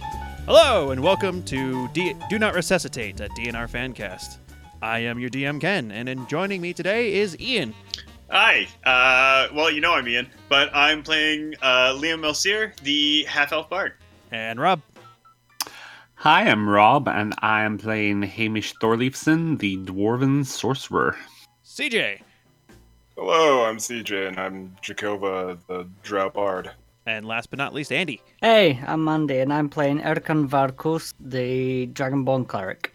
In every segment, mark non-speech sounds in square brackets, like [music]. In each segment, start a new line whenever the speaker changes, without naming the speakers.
Hello and welcome to D- Do Not Resuscitate, a DNR fancast. I am your DM Ken, and in joining me today is Ian.
Hi. Uh, well, you know I'm Ian, but I'm playing uh, Liam Melsier, the half elf bard.
And Rob.
Hi, I'm Rob, and I am playing Hamish Thorleifson, the Dwarven Sorcerer.
CJ.
Hello, I'm CJ, and I'm Jacova, the Drow Bard.
And last but not least, Andy.
Hey, I'm Andy, and I'm playing Erkan Varkus, the Dragonborn Cleric.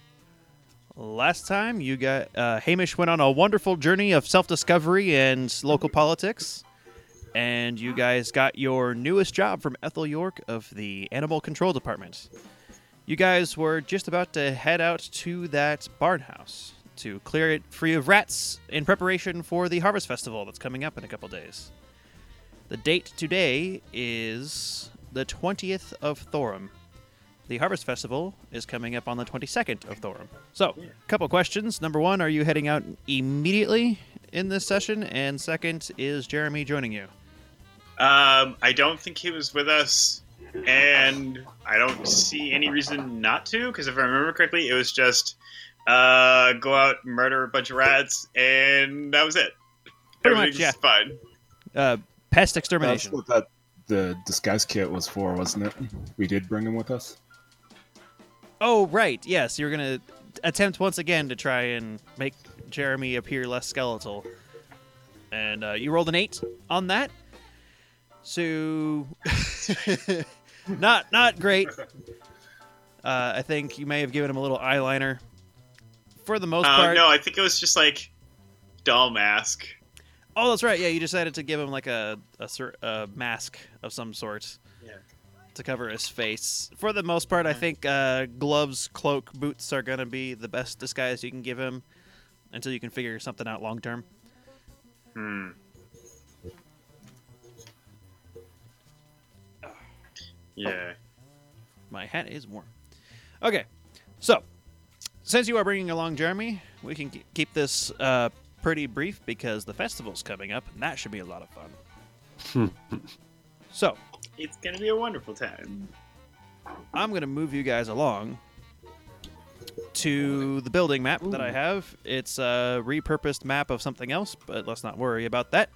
Last time you got uh, Hamish went on a wonderful journey of self-discovery and local politics, and you guys got your newest job from Ethel York of the Animal Control Department. You guys were just about to head out to that barn house to clear it free of rats in preparation for the harvest festival that's coming up in a couple days. The date today is the 20th of Thorum. The Harvest Festival is coming up on the 22nd of Thorum. So, a couple questions. Number one, are you heading out immediately in this session? And second, is Jeremy joining you?
Um, I don't think he was with us, and I don't see any reason not to, because if I remember correctly, it was just uh, go out, murder a bunch of rats, and that was it.
Pretty much,
Everything's
yeah.
fine.
Uh, pest
That's
extermination.
what that the disguise kit was for, wasn't it? We did bring him with us.
Oh, right. Yes, you're going to attempt once again to try and make Jeremy appear less skeletal. And uh, you rolled an eight on that. So, [laughs] not not great. Uh, I think you may have given him a little eyeliner. For the most
Uh,
part,
no, I think it was just like doll mask.
Oh, that's right. Yeah, you decided to give him like a a, cer- a mask of some sort.
Yeah.
To cover his face. For the most part, I think uh, gloves, cloak, boots are gonna be the best disguise you can give him until you can figure something out long term.
Hmm. Yeah.
My hat is warm. Okay, so since you are bringing along Jeremy, we can ke- keep this uh, pretty brief because the festival's coming up, and that should be a lot of fun. so
It's gonna be a wonderful time.
I'm going to move you guys along to the building map that I have. It's a repurposed map of something else, but let's not worry about that.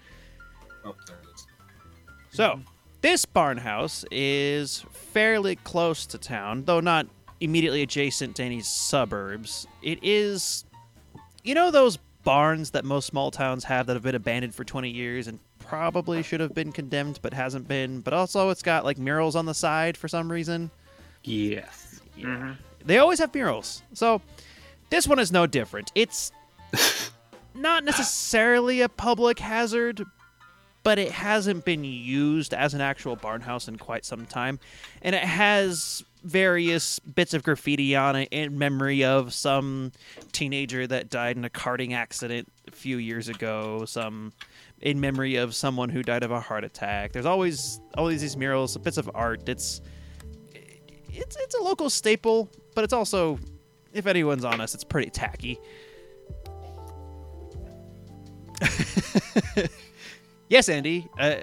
Oh, there it is.
So, this barn house is fairly close to town, though not immediately adjacent to any suburbs. It is, you know, those barns that most small towns have that have been abandoned for 20 years and probably should have been condemned but hasn't been, but also it's got like murals on the side for some reason.
Yes.
They always have murals. So this one is no different. It's not necessarily a public hazard, but it hasn't been used as an actual barn house in quite some time. And it has various bits of graffiti on it in memory of some teenager that died in a karting accident a few years ago, some in memory of someone who died of a heart attack. There's always always these murals, bits of art. It's it's it's a local staple, but it's also, if anyone's honest, it's pretty tacky. [laughs] yes, Andy, uh,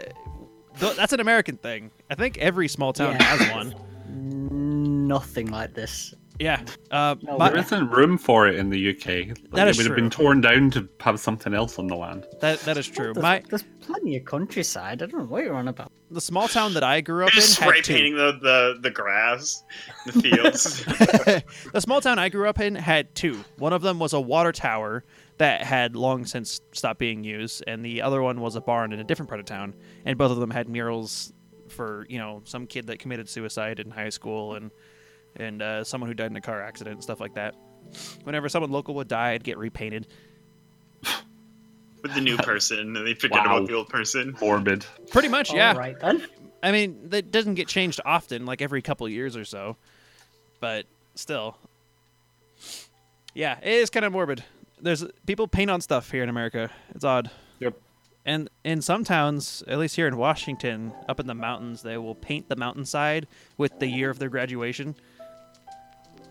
th- that's an American thing. I think every small town
Yeah.
has one.
Nothing like this.
Yeah, uh,
No,
my-
there
There isn't room for it in the UK. Like,
That is
it would have
true.
been torn down to have something else on the land.
that that
[laughs]
is true.
There's,
My
there's plenty of countryside. I don't know what you're on about.
the small town that I grew up in
Just spray
had two.
painting the, the, the grass, the [laughs] fields.
[laughs] the small town I grew up in had two. One of them was a water tower that had long since stopped being used, and the other one was a barn in a different part of town. And both of them had murals for you know some kid that committed suicide in high school and and uh, someone who died in a car accident and stuff like that. Whenever someone local would die, it'd get repainted.
with the new person, and they forget
Wow.
about the old person.
Morbid.
Pretty much, yeah.
All right then.
I mean, that doesn't get changed often, like every couple years or so. But still, yeah, it is kind of morbid. There's people paint on stuff here in America. It's odd.
Yep.
And in some towns, at least here in Washington, up in the mountains, they will paint the mountainside with the year of their graduation.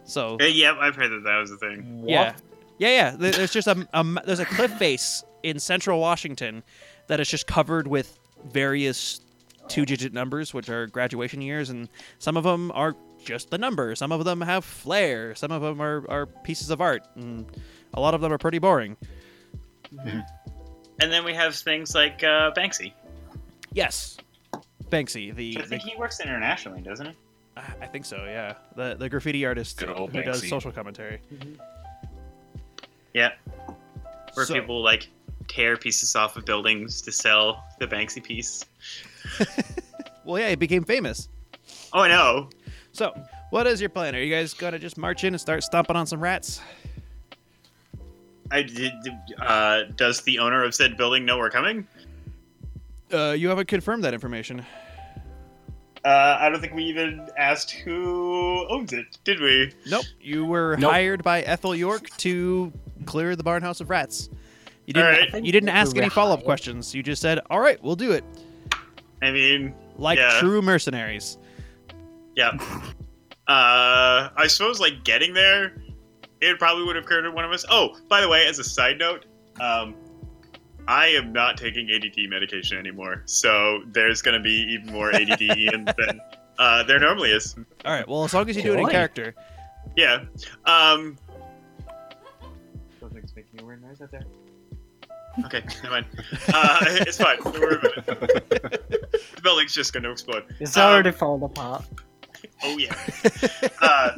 So
Uh, yep, I've heard that that was a thing.
yeah, yeah, yeah. There- There's just a, a there's a cliff face in central Washington that is just covered with various two-digit numbers, which are graduation years, and some of them are just the number. Some of them have flair. Some of them are, are pieces of art. And a lot of them are pretty boring.
And then we have things like uh, Banksy.
Yes. Banksy, the,
I
the
think he works internationally, doesn't he?
I I think so, yeah. The the graffiti artist
Good old
who does
Banksy.
social commentary.
Mm-hmm. Yeah, where
So-
people like tear pieces off of buildings to sell the Banksy piece.
Well, yeah, he became famous.
Oh, I know.
So, what is your plan? Are you guys gonna just march in and start stomping on some rats?
I did. Uh, does the owner of said building know we're coming?
Uh, you haven't confirmed that information.
Uh, I don't think we even asked who owns it, did we?
Nope. You were
Nope.
hired by Ethel York to clear the barnhouse of rats. You didn't.
Alright.
You didn't ask any
Right.
follow up questions. You just said, "All right, we'll do it,"
I mean,
like
Yeah.
true mercenaries.
yeah. Uh, I suppose like getting there, it probably would have occurred to one of us. Oh, by the way, as a side note, um, I am not taking ADD medication anymore, so there's going to be even more ADD in than uh, there normally is.
All right. Well, as long as you do it in
Alright.
character.
Yeah. Um. Something's making a weird noise out there. Okay, never mind. Uh, it's fine. Don't worry about it. The building's just going to explode.
It's
Um,
already falling apart.
Oh [laughs] yeah. uh,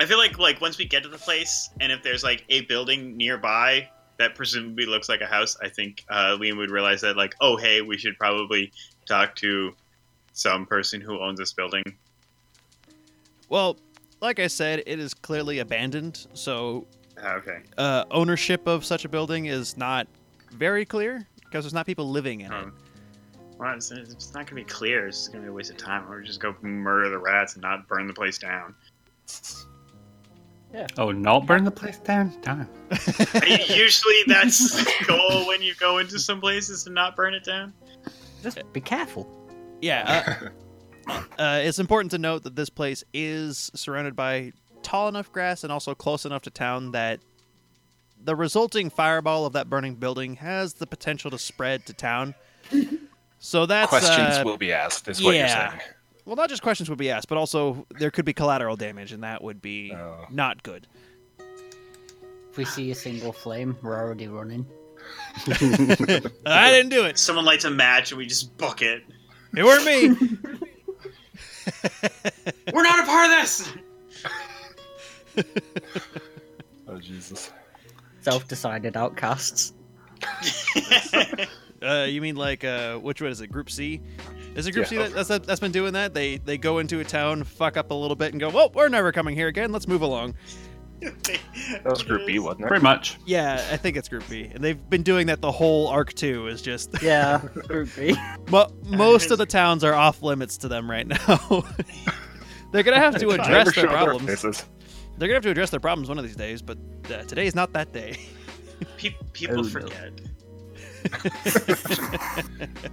I feel like like once we get to the place, and if there's like a building nearby that presumably looks like a house, I think uh, Liam would realize that like, oh hey, we should probably talk to some person who owns this building.
Well, like I said, it is clearly abandoned. So
Ah, Okay.
uh, ownership of such a building is not very clear because there's not people living in it.
Um, well, it's, it's not gonna be clear. It's just gonna be a waste of time. We're just go murder the rats and not burn the place [laughs] down.
Oh, not burn the place down? Damn.
Usually, that's the goal when you go into some places to not burn it down.
Just be careful.
Yeah.
[laughs]
Uh, uh, it's important to note that this place is surrounded by tall enough grass and also close enough to town that the resulting fireball of that burning building has the potential to spread to town. So that's
Questions
uh,
will be asked, is what
yeah.
you're saying.
well, not just questions would be asked, but also there could be collateral damage, and that would be
Oh.
not good.
If we see a single flame, we're already running.
Uh, I didn't do it.
Someone lights a match and we just book [laughs] it.
It weren't me.
We're not a part of this.
Oh, Jesus.
Self-decided outcasts.
Uh, you mean like uh, which one is it? Group C. Is it Group
Yeah.
C that, that's that, that's been doing that? They they go into a town, fuck up a little bit, and go, "Well, we're never coming here again. Let's move along."
That was Group B, wasn't it?
Pretty much.
Yeah, I think it's Group B, and they've been doing that the whole arc too. Is just [laughs]
Yeah, group B.
mo- most of the towns are off limits to them right [laughs] now. They're gonna have to address their problems. They're gonna have to address their problems one of these days, but uh, today's not that day. [laughs]
Pe- people
Oh, no.
forget.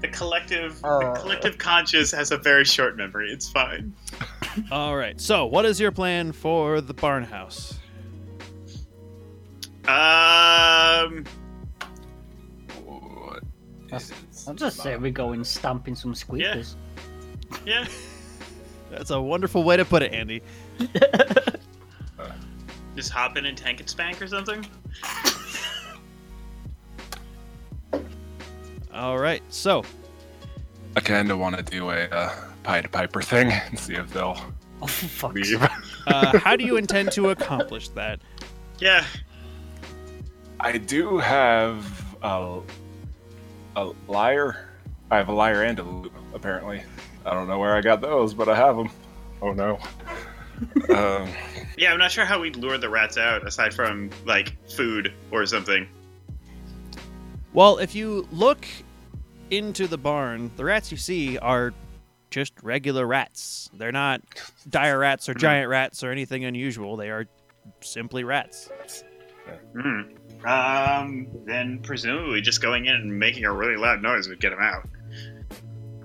the collective,
Oh.
the collective conscious has a very short memory. It's fine.
All right. So, what is your plan for the barn house?
Um.
I'll just say we go and stamp in some squeakers.
Yeah.
That's a wonderful way to put it, Andy.
Just hop in and tank and spank or something.
All right. So,
I kind of want to do a uh, Pied Piper thing and see if they'll
Oh, fuck.
leave.
uh, how do you intend to accomplish that?
Yeah.
I do have a, a liar. I have a liar and a loop, apparently. I don't know where I got those, but I have them. Oh [laughs] no. um,
Yeah, I'm not sure how we'd lure the rats out aside from like food or something.
Well, if you look into the barn, the rats you see are just regular rats. They're not dire rats or giant rats or anything unusual. They are simply rats.
Hmm. Um. Then presumably just going in and making a really loud noise would get them out,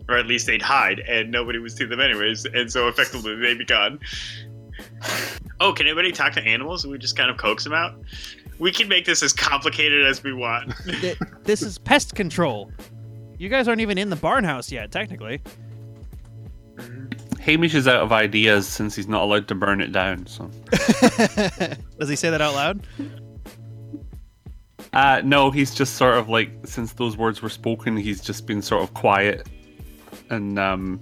or at least they'd hide and nobody would see them anyways, and so effectively they'd be gone. Oh, can anybody talk to animals? We just kind of coax them out. We can make this as complicated as
[laughs]
we want.
Th- this is pest control. You guys aren't even in the barn house yet, technically.
Hamish is out of ideas since he's not allowed to burn it down. So,
Does he say that out loud?
uh, no, he's just sort of like since those words were spoken, he's just been sort of quiet and um,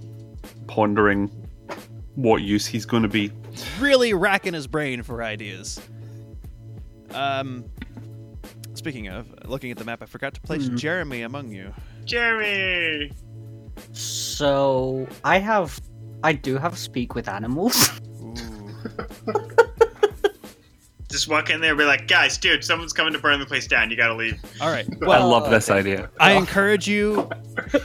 pondering what use he's going to be.
really racking his brain for ideas. Um, speaking of looking at the map, I forgot to place Jeremy among you.
Jeremy.
So I have, I do have speak with animals. [laughs]
Just walk in there and be like, guys, dude, someone's coming to burn the place down. You gotta leave.
All right.
I
Well,
love this idea.
I encourage you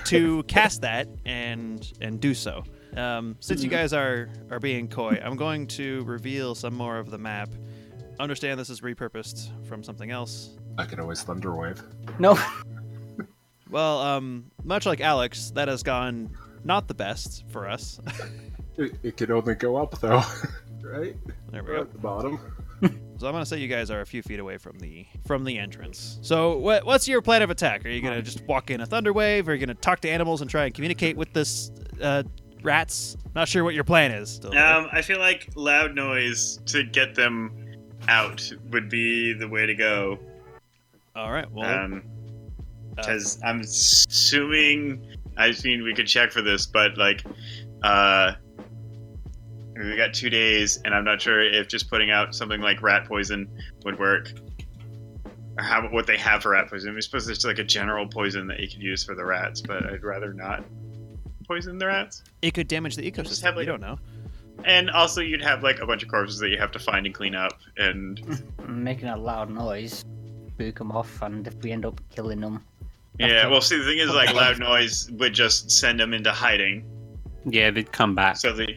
to cast that and and do so. Um, since you guys are are being coy, I'm going to reveal some more of the map. Understand this is repurposed from something else.
I could always thunderwave.
no,
Well, um, much like Alex, that has gone not the best for us. [laughs]
It, it could only go up though, [laughs] right?
there we
We're
go.
at the bottom.
So I'm gonna say you guys are a few feet away from the from the entrance. So what, what's your plan of attack? Are you gonna just walk in a thunder wave? Are you gonna talk to animals and try and communicate with this uh, rats? Not sure what your plan is. Still.
Um, I feel like loud noise to get them out would be the way to go.
All right. Well,
Um,
uh,
because I'm assuming I mean we could check for this, but like, uh, we got two days, and I'm not sure if just putting out something like rat poison would work, or how what they have for rat poison. I suppose there's like a general poison that you could use for the rats, but I'd rather not poison the rats.
it could damage the
just
ecosystem.
have, like-
you don't know.
And also, you'd have like a bunch of corpses that you have to find and clean up, and
[laughs]
making a loud noise, book them off, and if we end up killing them,
yeah. Well, see, the thing is, like, loud noise would just send them into hiding.
Yeah, they'd come back.
So the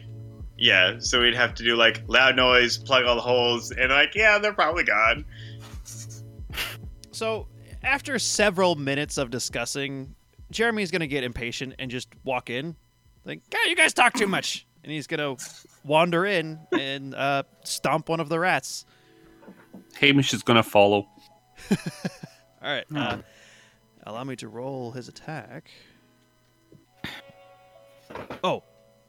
yeah, so we'd have to do like loud noise, plug all the holes, and like yeah, they're probably gone.
So after several minutes of discussing, Jeremy's gonna get impatient and just walk in. Like, God, you guys talk too much. And he's gonna wander in and uh, stomp one of the rats.
Hamish is going to follow.
All right. Uh, allow me to roll his attack. Oh,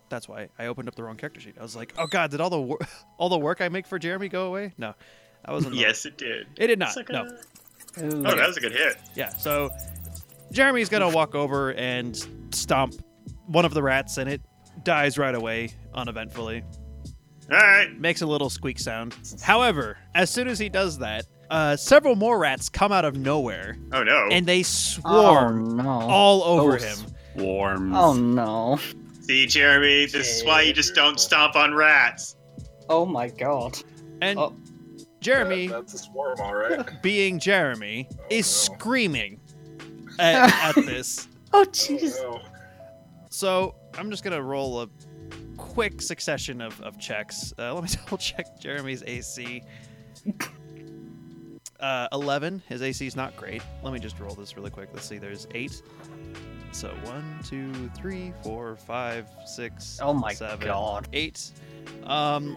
that's why I opened up the wrong character sheet. I was like, "Oh God, did all the wor- [laughs] all the work I make for Jeremy go away?" No, I wasn't.
[laughs] Yes, it did.
Mm-hmm. it did not.
Sucker.
No,
Ooh,
Oh, that was a good hit.
yeah. So Jeremy's gonna walk over and stomp one of the rats, and it dies right away, uneventfully.
All right,
Makes a little squeak sound. However, as soon as he does that, uh, several more rats come out of nowhere,
Oh no.
and they
oh
swarm
no!
all over
Oh,
him.
Warms.
Oh no!
see, Jeremy, this is why you just don't stomp on rats.
Oh my god!
And
Oh.
Jeremy,
That- that's a swarm, all [laughs] right.
being Jeremy, is
no.
screaming at, at this.
Oh
Oh,
jeez!
no.
So I'm just gonna roll a quick succession of, of checks. Uh, [laughs] let me double check Jeremy's AC. Uh, 11. His AC is not great. Let me just roll this really quick. Let's see. There's eight. So one, two, three, four, five, six.
Oh my
seven,
God.
Eight.
[laughs]
Um.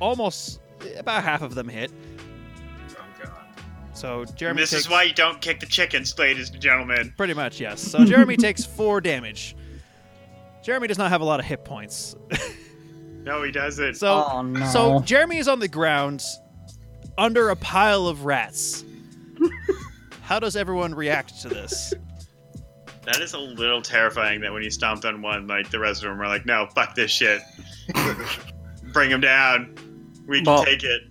almost about half of them hit.
Oh, God.
So
And
Jeremy.
this
takes...
is why you don't kick the chickens, ladies and gentlemen.
Pretty much, yes. So Jeremy takes four damage. Jeremy does not have a lot of hit points.
No, he doesn't.
So,
Oh, no.
so Jeremy is on the ground under a pile of rats. How does everyone react to this?
that is a little terrifying. That when you stomped on one, like the rest of them were like, "No, fuck
[laughs]
this shit. Bring him down. We can
Well-
take it."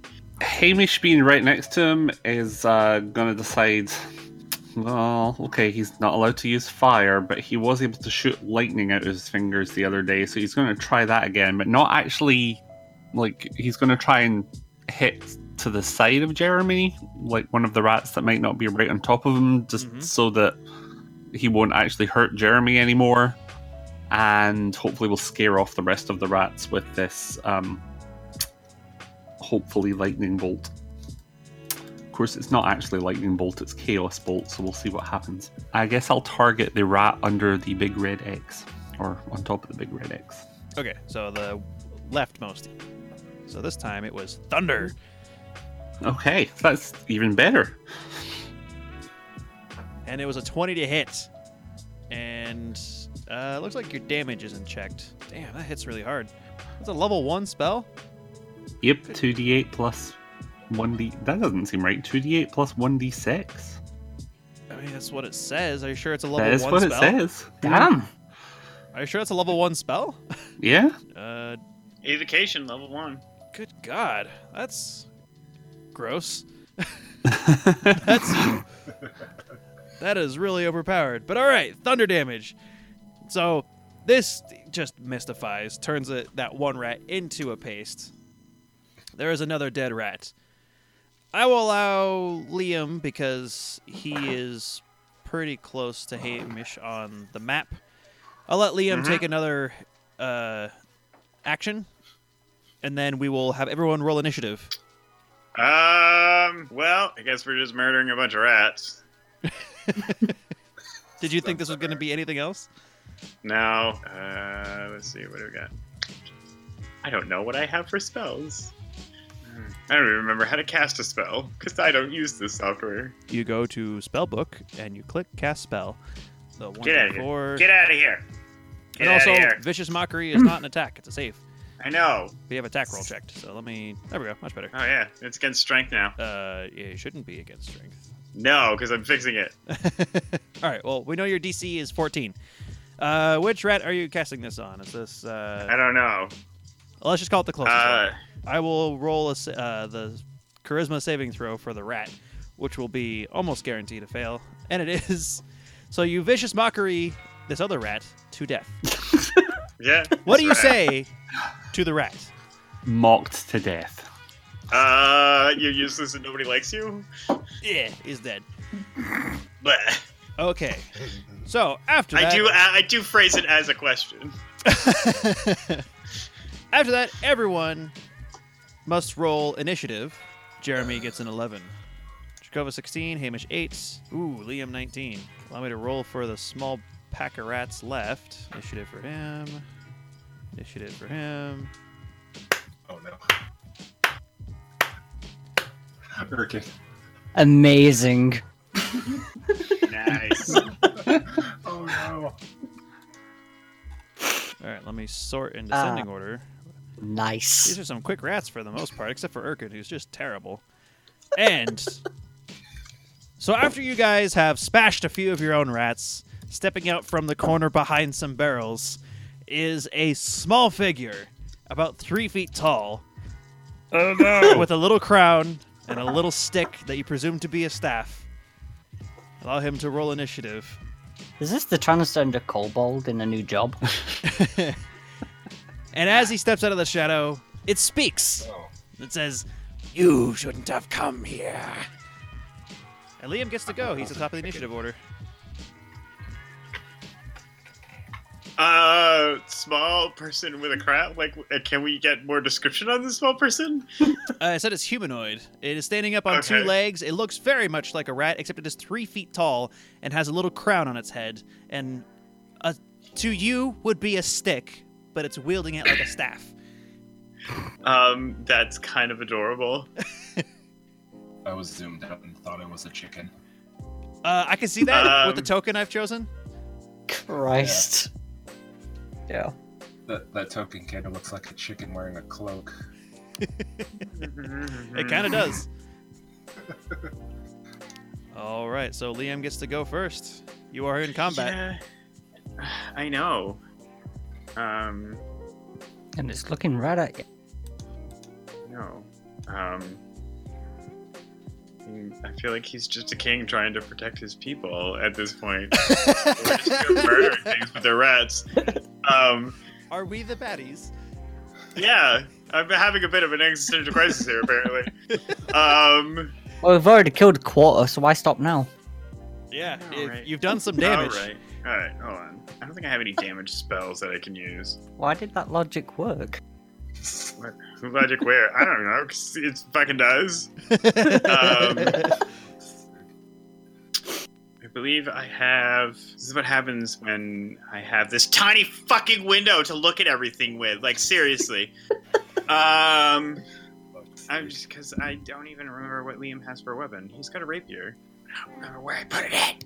Hamish being right next to him is uh, going to decide. Well, okay, he's not allowed to use fire, but he was able to shoot lightning out of his fingers the other day, so he's going to try that again, but not actually. Like, he's going to try and hit to the side of Jeremy, like one of the rats that might not be right on top of him, just
Mhm.
so that he won't actually hurt Jeremy anymore. And hopefully, we'll scare off the rest of the rats with this um, hopefully lightning bolt. Of course, it's not actually lightning bolt; it's chaos bolt. So we'll see what happens. I guess I'll target the rat under the big red X, or on top of the big red X.
Okay, so the leftmost. So this time it was thunder.
Okay, that's even better.
and it was a 20 to hit and Uh, looks like your damage isn't checked. Damn, that hits really hard. That's a level one spell.
Yep, 2d8 plus 1d. That doesn't seem right. 2d8 plus 1d6.
I mean, that's what it says. Are you sure it's a level
That is
one
what
spell?
it says. Damn.
Are you sure it's a level one spell?
Yeah.
Uh,
Evocation level one.
good God, that's gross. That's that is really overpowered. But all right, thunder damage. So this just mystifies, turns it that one rat into a paste. There is another dead rat. I will allow Liam because he is pretty close to Hamish on the map. I'll let Liam take another uh, action, and then we will have everyone roll initiative.
Um. Well, I guess we're just murdering a bunch of rats.
Did you think this was going to be anything else?
Now, uh, let's see. What do we got? I don't know what I have for spells. Hmm, I don't even remember how to cast a spell because I don't use this software.
You go to spellbook and you click cast spell. The one
Get out of
d
here.
four.
Get out of here. Get
and also,
out of here.
vicious mockery [clears throat] is not an attack; it's a save.
I know.
We have attack roll checked, so let me. There we go. Much better.
Oh yeah, it's against strength now.
Uh, yeah, it shouldn't be against strength. [laughs]
No, because I'm fixing it.
All right. Well, we know your DC is fourteen. Uh, which rat are you casting this on? Is this?
I
Uh,
don't know.
let's just call it the closest.
Uh,
one. I will roll a, sa- uh, the charisma saving throw for the rat, which will be almost guaranteed to fail, and it [laughs] is. So you vicious mockery this other rat to death.
yeah.
[laughs] What do you
that's
say
right.
to the rat?
Mocked to death.
Uh, you're useless and nobody likes you.
Yeah, is dead.
But
Okay. So after
I
that,
do. I, I do phrase it as a question.
after that, everyone must roll initiative. Jeremy gets an eleven. Jakova sixteen. Hamish eight. Ooh, Liam nineteen. Allow me to roll for the small pack of rats left. Initiative for him. Initiative for him.
Oh no. Hurricane.
Amazing.
[laughs] Nice.
Oh no.
All right, let me sort in descending order. These
Nice.
are some quick rats for the most part, except for Urkin, who's just terrible. And so after you guys have spashed a few of your own rats, stepping out from the corner behind some barrels is a small figure, about three feet tall,
oh no.
with a little crown and a little stick that you presume to be a staff. Allow him to roll initiative.
Is this the trying to sound a kobold in a
[laughs]
new job?
And as he steps out of the shadow, it speaks.
Oh.
It says, You shouldn't have come here. And Liam gets to go. He's at the top of the initiative order.
Uh, small person with a crowd. Like, uh, can we get more description on this small person?
Uh, I said it's humanoid. It is standing up on two
Okay.
legs. It looks very much like a rat, except it is three feet tall and has a little crown on its head. And a, to you would be a stick, but it's wielding it like a staff.
Um, that's kind of adorable.
I was zoomed up and thought I was a chicken.
Uh, I can see that with the
Um.
token I've chosen.
Christ. Yeah.
That that token kind of looks like a chicken wearing a cloak.
mm.
It
Mm-hmm.
kind of
[laughs]
does. All right, so Liam gets to go first. You are in combat.
Yeah, I know. Um,
And it's looking right at you.
no. Um, I feel like he's just a king trying to protect his people at this point.
[laughs]
We're just murdering things with their rats. Um,
Are we the baddies?
yeah, I've been having a bit of an existential crisis here, apparently. Um,
Well, we've already killed quarter, so why stop now?
Yeah,
All
if-
right.
you've done some damage.
[laughs] All right, all right, hold on. I don't think I have any damage spells that I can use.
Why did that logic work?
What- [laughs] Logic where? I don't know. 'cause It fucking does. Um, I believe I have. This is what happens when I have this tiny fucking window to look at everything with. Like seriously. um, I'm just because I don't even remember what Liam has for a weapon. He's got a rapier. I don't remember where I put it. At.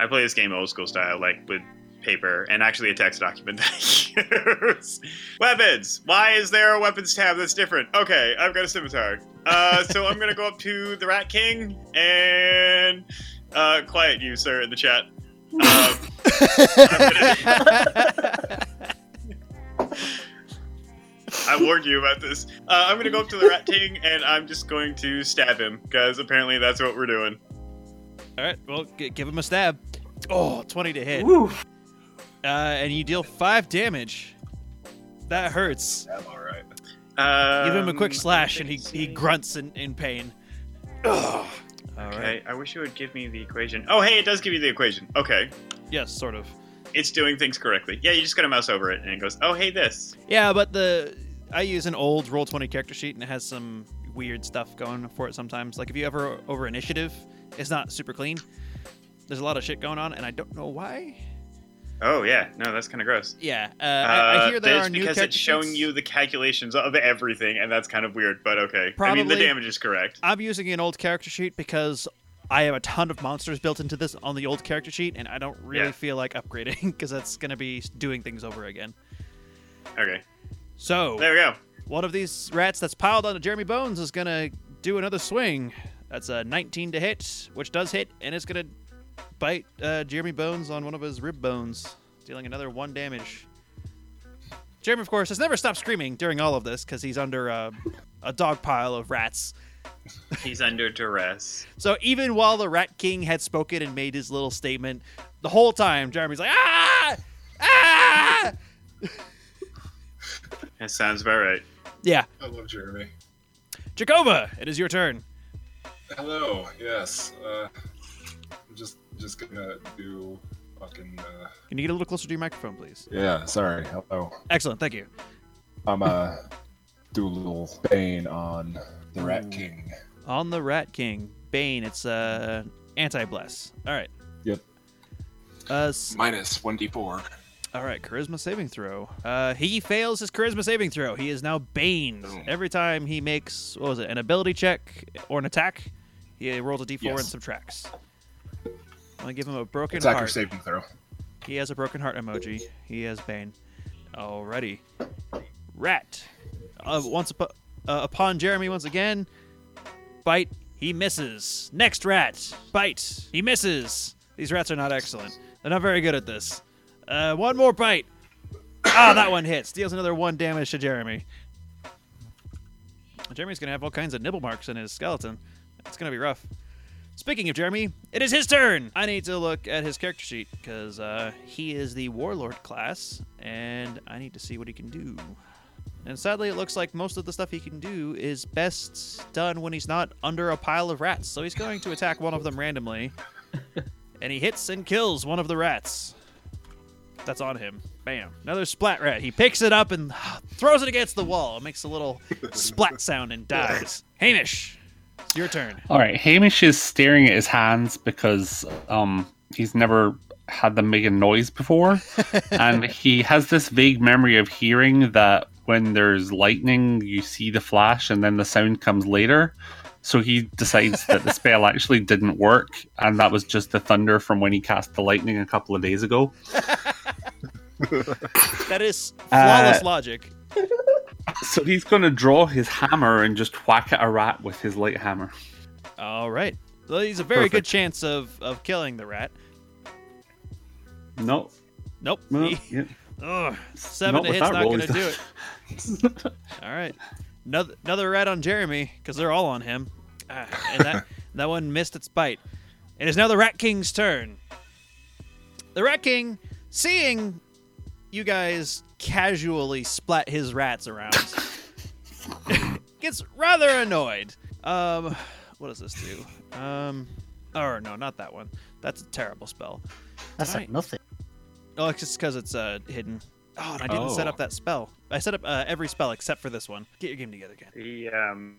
I play this game old school style, like with paper and actually a text document that I [laughs] use. Weapons. Why is there a weapons tab that's different? Okay, I've got a scimitar. Uh, so I'm gonna go up to the Rat King and uh, quiet you, sir, in the chat. Um,
[laughs]
I warned you about this. Uh, I'm gonna go up to the Rat King and I'm just going to stab him because apparently that's what we're doing.
All right, well, g- give him a stab. Oh, 20 to hit.
Woo!
Uh, and you deal five damage. That hurts.
I'm all right.
Um,
Give him a quick slash, and he, he grunts in, in pain. All right.
Okay, I wish you would give me the equation. Oh, hey, it does give you the equation. Okay,
Yes, sort of.
it's doing things correctly. Yeah, you just gotta mouse over it, and it goes, "Oh, hey, this."
Yeah, but the I use an old roll twenty character sheet and it has some weird stuff going for it sometimes. Like if you ever over initiative, it's not super clean. There's a lot of shit going on, and I don't know why.
Oh yeah, no, that's kind of gross.
Yeah, uh, I, I
Uh,
hear there
that's
are new
because
character
it's showing
sheets.
you the calculations of everything, and that's kind of weird. But okay, I mean the
Probably.
damage is correct.
I'm using an old character sheet because I have a ton of monsters built into this on the old character sheet, and I don't really
Yeah.
feel like upgrading [laughs] because that's gonna be doing things over again.
Okay,
So
there we go.
one of these rats that's piled onto Jeremy Bones is gonna do another swing. That's a 19 to hit, which does hit, and it's gonna bite uh, Jeremy Bones on one of his rib bones, dealing another one damage. Jeremy, of course, has never stopped screaming during all of this because he's under uh, a dog pile of rats.
He's under duress.
So even while the Rat King had spoken and made his little statement, the whole time Jeremy's like, ah, ah,
That sounds about right.
yeah.
I love Jeremy.
Jacoba, it is your turn.
Hello. Yes. Uh, I'm just just gonna do fucking. Uh...
Can you get a little closer to your microphone, please?
Yeah. Sorry. Hello.
Excellent, thank you.
I'm uh do a little bane on the Rat King.
On the Rat King, Bane. It's uh anti bless. All right.
Yep.
Uh, s-
Minus one d four.
all right. Charisma saving throw. Uh, he fails his charisma saving throw. He is now Bane.
Boom.
Every time he makes what was it, an ability check or an attack, he rolls a d4 and
Yes.
subtracts. I'm gonna give him a broken
Attacker
heart.
saving throw.
He has a broken heart emoji. He has Bane. Alrighty. Rat. Uh, once upo- uh, upon Jeremy once again. Bite. He misses. Next rat. Bite. He misses. These rats are not excellent. They're not very good at this. Uh, one more bite. Ah, that one hits. Deals another one damage to Jeremy. Jeremy's gonna have all kinds of nibble marks in his skeleton. It's gonna be rough. Speaking of Jeremy, it is his turn. I need to look at his character sheet because uh, he is the warlord class, and I need to see what he can do. And sadly, it looks like most of the stuff he can do is best done when he's not under a pile of rats. So he's going to attack one of them randomly, and he hits and kills one of the rats. That's on him. Bam! Another splat rat. He picks it up and [sighs] throws it against the wall. It makes a little splat sound and dies. Hamish, it's your turn.
All right, Hamish is staring at his hands because um, he's never had them make a
[laughs]
noise before, and he has this vague memory of hearing that when there's lightning, you see the flash, and then the sound comes later. So he decides that the
[laughs]
spell actually didn't work, and that was just the thunder from when he cast the lightning a couple of days ago.
That is flawless
Uh,
logic.
So he's going to draw his hammer and just whack at a rat with his light hammer.
All right. So he's a very good
Perfect.
chance of, of killing the rat.
No,
Nope. [laughs]
no,
He-
yeah.
ugh, seven
Not
to
with
hit's
that
not
roll,
going to
he's
do it. [laughs] All right. Another, another rat on Jeremy because they're all on him. Ah, and that, that one missed its bite. It is now the Rat King's turn. The Rat King, seeing you guys casually splat his rats around, [laughs] gets rather annoyed. Um, what does this do? Um, or no, not that one. That's a terrible spell.
That's
Alright.
like nothing.
Oh, it's just because it's uh, hidden. Oh, and I didn't set
Oh.
up that spell. I set up uh, every spell except for this one. Get your game together, again.
The um,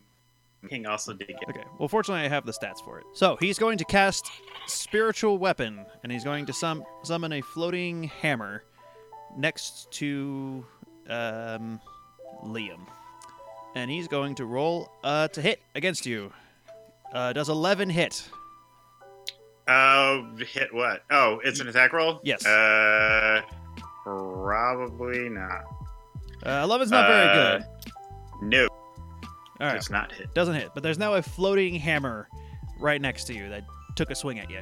King also did get.
Okay. Well, fortunately, I have the stats for it. So he's going to cast Spiritual Weapon, and he's going to sum- summon a floating hammer next to um, Liam, and he's going to roll uh, to hit against you. Uh, does 11 hit?
Uh, hit what? Oh, it's an attack roll.
Yes.
Uh, probably not.
Uh, 11's not very
Uh,
good.
No,
All right.
it's not hit.
Doesn't hit, but there's now a floating hammer right next to you that took a swing at you.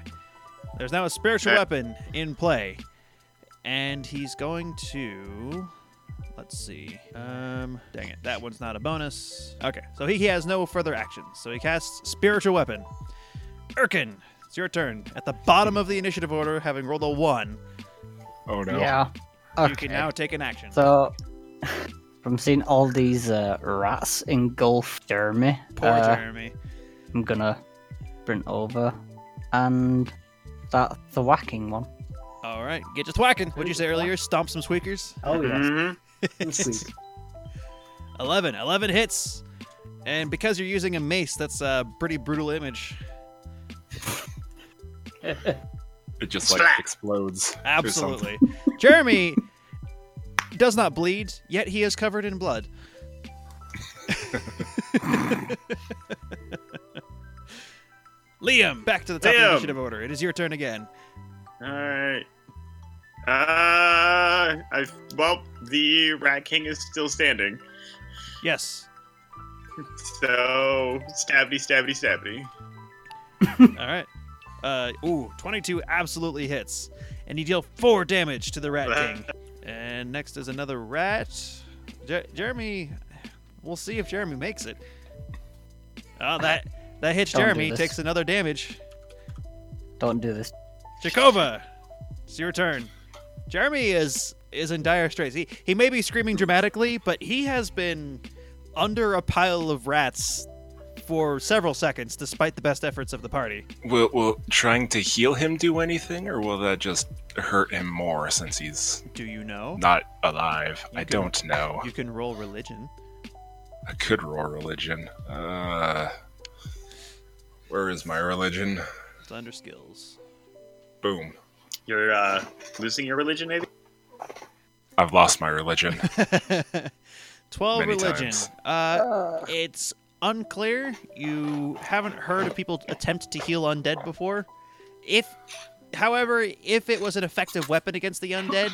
There's now a spiritual
Okay.
weapon in play, and he's going to. Let's see. Um, dang it, that one's not a bonus. Okay, so he, he has no further actions. So he casts spiritual weapon. Erkin, it's your turn. At the bottom of the initiative order, having rolled a one,
Oh no.
Yeah. Okay.
you can now take an action.
So, [laughs] from seeing all these uh, rats engulf Jeremy,
Poor
uh,
Jeremy.
I'm gonna sprint over and that the whacking one.
All right, get just whacking. What'd you say earlier? Stomp some squeakers.
Oh yes.
hmm
Sweet.
11 11 hits and because you're using a mace that's a pretty brutal image
It just like
Splat.
explodes. or something.
absolutely [laughs] jeremy does not bleed yet he is covered in blood liam back to the top of the
Liam.
initiative order it is your turn again
All right. Uh, I well, the Rat King is still standing,
yes
so stabby, stabby, stabby.
all right uh, ooh 22 absolutely hits and you deal four damage to the rat king and next is another rat Jer- jeremy we'll see if jeremy makes it oh that that hits
Don't do
jeremy
this.
takes another damage
Don't do this.
Jacoba, it's your turn. Jeremy is is in dire straits. He he may be screaming dramatically, but he has been under a pile of rats for several seconds, despite the best efforts of the party.
Will will trying to heal him do anything, or will that just hurt him more since he's
Do you know?
not alive?
You
I
can-
don't know.
You can roll religion.
I could roll religion. Uh, where is my religion?
It's under skills.
Boom.
You're uh, losing your religion, maybe.
I've lost
[laughs]
my religion.
Twelve
Many
religion.
times.
Uh, it's unclear. You haven't heard of people attempt to heal undead before. If, however, if it was an effective weapon against the undead,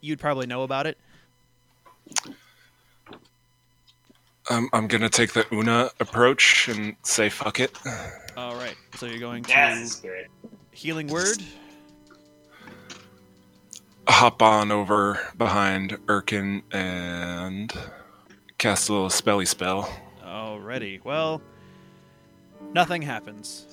you'd probably know about it.
um, I'm gonna take the Una approach and say fuck it.
All right. So you're going to
That's the spirit.
healing word.
Hop on over behind Erkin and cast a little spelly spell.
Alrighty. Well, nothing happens.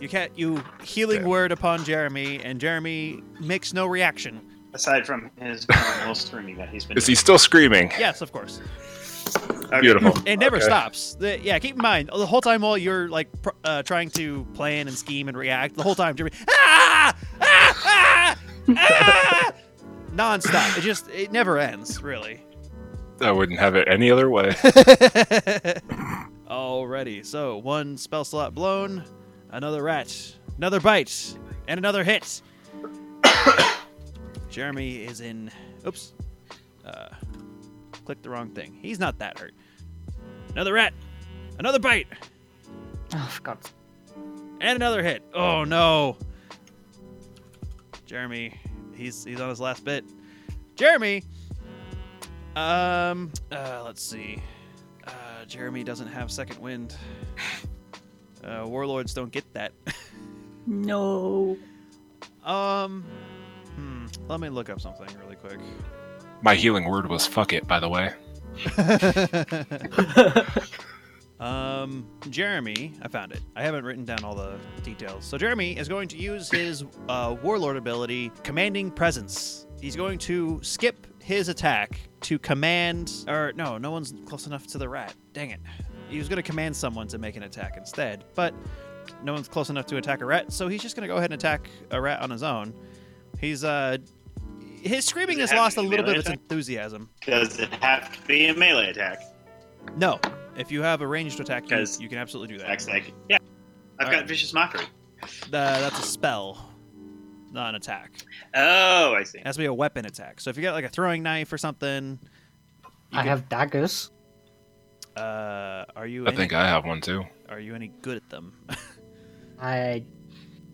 You can't. You healing
Okay.
word upon Jeremy, and Jeremy makes no reaction.
Aside from
[laughs]
his normal screaming that he's been
Is he still screaming?
Yes, of course.
Okay.
Beautiful.
It never
Okay.
stops. The- yeah, keep in mind the whole time while you're like pr- uh, trying to plan and scheme and react, the whole time Jeremy ah ah ah, ah nonstop. It just it never ends, really.
I wouldn't have it any other
[laughs]
way.
Alrighty, so one spell slot blown, another rat, another bite, and another hit. [coughs] Jeremy is in. Oops. Uh, clicked the wrong thing. He's not that hurt. Another rat, another bite,
Oh, for God's
and another hit. Oh no. Jeremy, he's he's on his last bit. Jeremy. Um. Uh, let's see. Uh, Jeremy doesn't have second wind. Uh, warlords don't get that. [laughs]
No.
um. Hmm, let me look up something really quick.
My healing word was fuck it, by the way.
um, Jeremy, I found it. I haven't written down all the details. So Jeremy is going to use his uh, warlord ability, commanding presence. He's going to skip his attack to command, or no, no one's close enough to the rat. Dang it! He was going to command someone to make an attack instead, but no one's close enough to attack a rat, so he's just going to go ahead and attack a rat on his own. He's uh, his screaming
Does
has
it have
lost a
to be
little bit
melee
of its
attack?
enthusiasm.
Does it have to be a melee attack?
No. If you have a ranged attack, you,
'Cause-
you can absolutely do that.
Attack's like, yeah, I've
All
got
right.
vicious mockery.
Uh, that's a spell, not an attack.
Oh, I see.
It has to be a weapon attack. So if you got like a throwing knife or something, you
I
could-
have daggers.
Uh, are you?
I
any,
think I have one too.
Are you any good at them?
I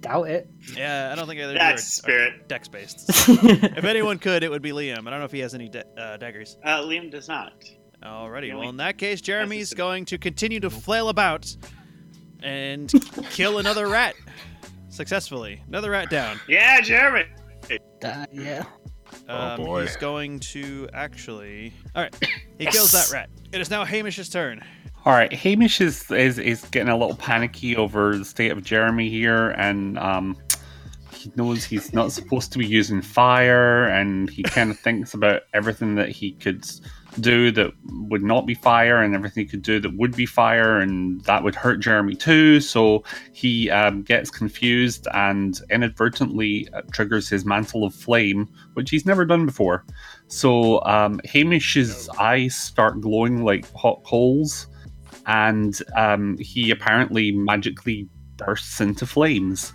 Doubt it.
[laughs] Yeah, I don't think either of you are-
That's spirit.
are dex based. if anyone could, it would be Liam. I don't know if he has any de- uh, daggers.
Uh, Liam does not.
Alrighty.
Really?
Well, in that case, Jeremy's
That's a-
going to continue to flail about and kill another rat successfully. Another rat down.
Yeah, Jeremy.
Da- yeah.
Oh
boy.
He's going to actually. All right. [coughs] He kills that
Yes.
rat. It is now Hamish's turn.
All right, Hamish is, is is getting a little panicky over the state of Jeremy here, and um, he knows he's not supposed to be using fire, and he kind of thinks about everything that he could do that would not be fire, and everything he could do that would be fire, and that would hurt Jeremy too. So he um, gets confused and inadvertently uh, triggers his mantle of flame, which he's never done before. So um, Hamish's eyes start glowing like hot coals and um, he apparently magically bursts into flames,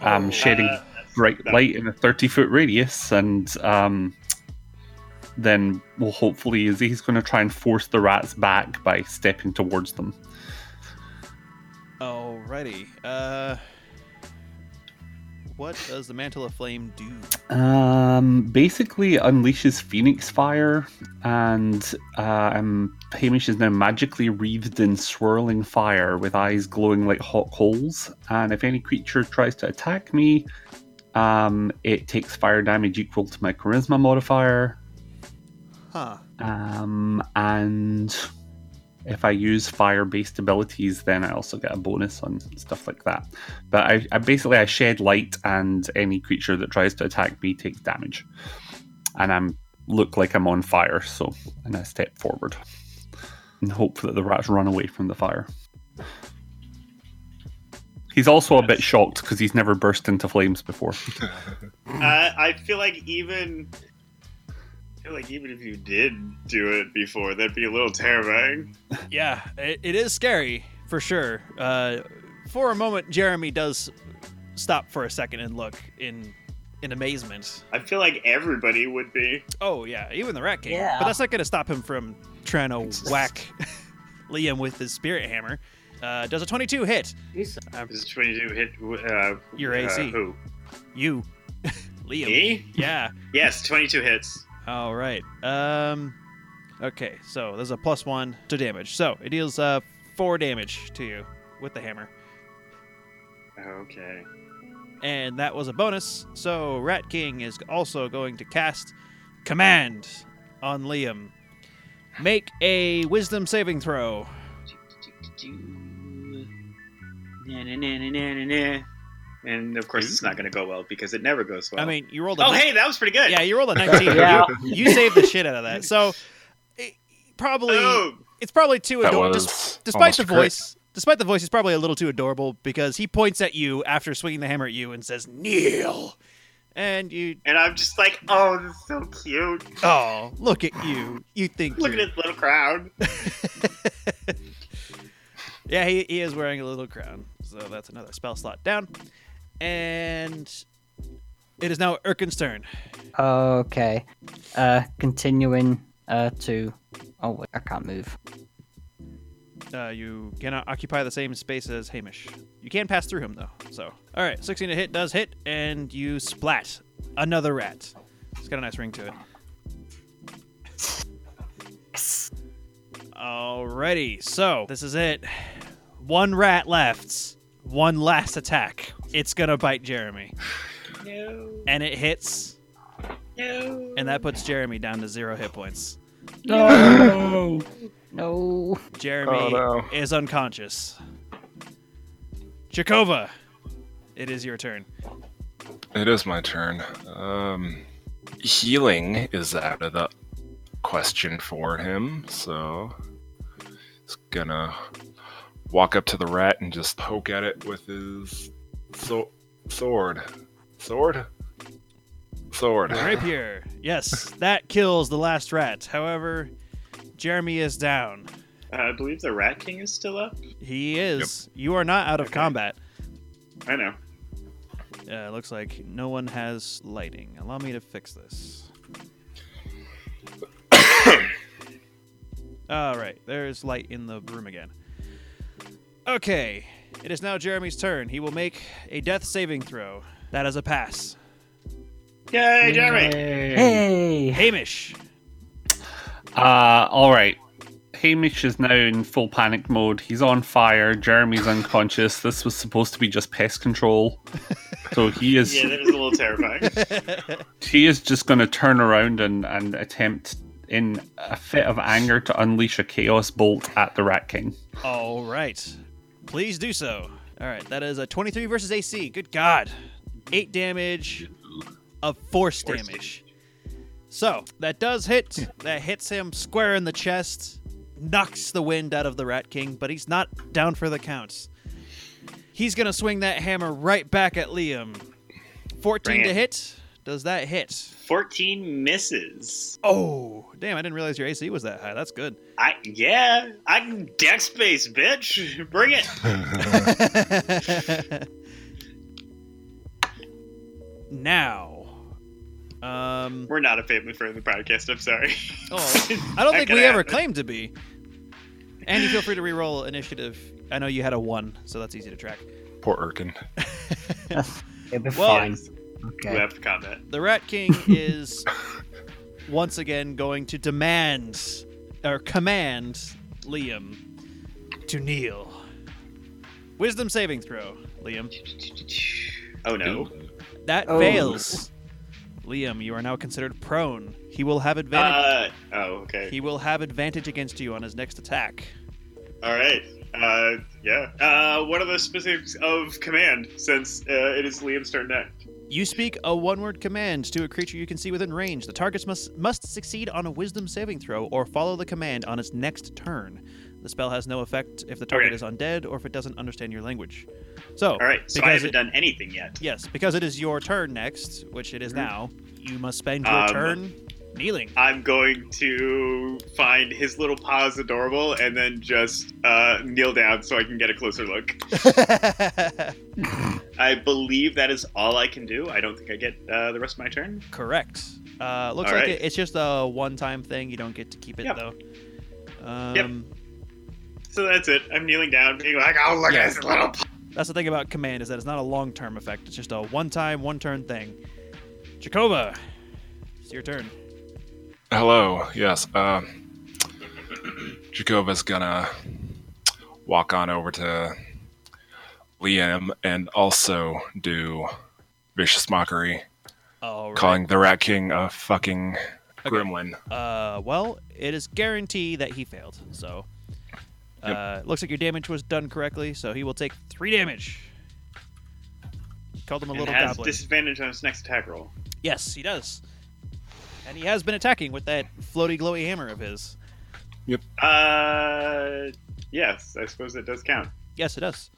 um, shedding
Uh,
bright
that-
light in a 30 foot radius. And um, then, well, hopefully, is he's going to try and force the rats back by stepping towards them.
Alrighty. Uh, what does the mantle of flame do?
Um, basically, unleashes Phoenix fire, and uh, um, Hamish is now magically wreathed in swirling fire with eyes glowing like hot coals. And if any creature tries to attack me, um, it takes fire damage equal to my charisma modifier.
Huh.
Um, and if I use fire based abilities, then I also get a bonus on stuff like that. But I, I basically I shed light, and any creature that tries to attack me takes damage. And I'm look like I'm on fire, so and I step forward and hope that the rats run away from the fire. He's also a bit shocked because he's never burst into flames before.
Uh, I feel like even, I feel like even if you did do it before, that'd be a little terrifying.
Yeah, it, it is scary for sure. Uh, for a moment, Jeremy does stop for a second and look in in amazement.
I feel like everybody would be.
Oh yeah, even the rat king.
Yeah.
But that's not going to stop him from trying to whack [laughs] Liam with his spirit hammer. Uh, does a 22 hit
This is when you do hit uh,
Your
uh,
AC.
who?
you, [laughs] Liam?
Me?
Yeah.
Yes, twenty-two hits.
All right. Um. Okay. So there's a plus one to damage. So it deals uh four damage to you with the hammer,
Okay.
and that was a bonus. So Rat King is also going to cast command on Liam. Make a wisdom saving throw.
Na, na, na, na, na, na, na. And of course, it's not going to go well because it never goes well.
I mean, you rolled a
oh hey, that was pretty good.
Yeah, you
[laughs]
rolled a 19.
Yeah.
You saved the shit out of that. So it, probably
Oh,
it's probably too
That
adorable.
was
despite
almost
the
a crit.
voice, despite the voice, he's probably a little too adorable because he points at you after swinging the hammer at you and says kneel, and you
and I'm just like, oh, this is so cute.
oh look at you. You think
Look at
you're-
his little crown.
[laughs] yeah, he, he is wearing a little crown, so that's another spell slot down, and it is now Erkin's turn.
Okay. Uh, continuing uh, to. Oh, wait, I can't move.
Uh, you cannot occupy the same space as Hamish. You can pass through him though. So, all right, 16 to hit does hit, and you splat another rat. It's got a nice ring to it. Alrighty, so this is it. One rat left. One last attack. It's gonna bite Jeremy,
No,
and it hits,
no.
and that puts Jeremy down to zero hit points.
No.
No.
Jeremy
Oh, no.
is unconscious. Jakova, it is your turn.
It is my turn. Um, healing is out of the question for him, so he's gonna walk up to the rat and just poke at it with his so- sword. Sword? Sword.
Rapier. Yes, that kills the last rat. However, Jeremy is down.
Uh, I believe the Rat King is still up.
He is. You are not out of combat.
I know.
Uh, looks like no one has lighting. Allow me to fix this. [coughs] All right, there's light in the room again. Okay, It is now Jeremy's turn. He will make a death saving throw. That is a pass.
Yay, Jeremy!
Hey!
Hamish.
Uh, all right. Hamish is now in full panic mode. He's on fire. Jeremy's unconscious. This was supposed to be just pest control, so he is
Yeah, that was a
[laughs]
little terrifying.
he is just going to turn around and and attempt in a fit of anger to unleash a chaos bolt at the Rat King.
All right. Please do so. All right. That is a 23 versus AC. Good God. Eight damage of force
Force
damage. So that does hit. That hits him square in the chest, knocks the wind out of the Rat King, but he's not down for the counts. He's going to swing that hammer right back at Liam. 14
Bring
to
it.
hit. Does that hit?
14 misses.
Oh, damn. I didn't realize your AC was that high. That's good.
I yeah, I can deck space, bitch.
[laughs]
Bring it.
now,
[laughs]
um,
We're not a family-friendly podcast. I'm sorry.
oh, I don't
That
think
could
we ever
happen.
claimed to be. Andy, feel free to re-roll initiative. I know you had a one, so that's easy to track.
Poor Erkin.
It'll be
Well-
fine.
You
Okay.
have to comment.
The Rat
[laughs]
King is once again going to demand or command Liam to kneel. Wisdom saving throw, Liam.
Oh no.
That
Oh.
fails. Liam, you are now considered prone. He will have advantage.
Uh oh. Okay.
he will have advantage against you on his next attack.
All right. Uh yeah. Uh, what are the specifics of command? Since uh, it is Liam's turn next.
You speak a one-word command to a creature you can see within range. The target must must succeed on a Wisdom saving throw or follow the command on its next turn. The spell has no effect if the target
Okay.
is undead or if it doesn't understand your language. So,
All right. So I
because
haven't
it-
done anything yet.
yes, because it is your turn next, which it is now, you must spend your
Mm-hmm. Um,
turn
[laughs]
kneeling.
I'm going to find his little paws adorable and then just uh, kneel down so I can get a closer look. I believe that is all I can do. I don't think I get uh, the rest of my turn.
Correct. Uh, looks
All
like
right.
it, it's just a one-time thing. You don't get to keep it
Yep.
though. Um,
Yep. So that's it. I'm kneeling down, being like, "Oh, look
Yeah.
at this little." Paw.
That's the thing about command is that it's not a long-term effect. It's just a one-time, one-turn thing. Jacoba, it's your turn.
Hello. Yes. Um, Jacoba's gonna walk on over to Liam and also do vicious mockery,
All right.
calling the Rat King a fucking gremlin.
Uh, well, it is guarantee that he failed. So, uh, looks like your damage was done correctly. So he will take three damage. Called him a
And
little
has
goblin.
disadvantage on his next attack roll.
Yes, he does. And he has been attacking with that floaty, glowy hammer of his.
Uh, yes, I suppose it does count.
Yes, it does.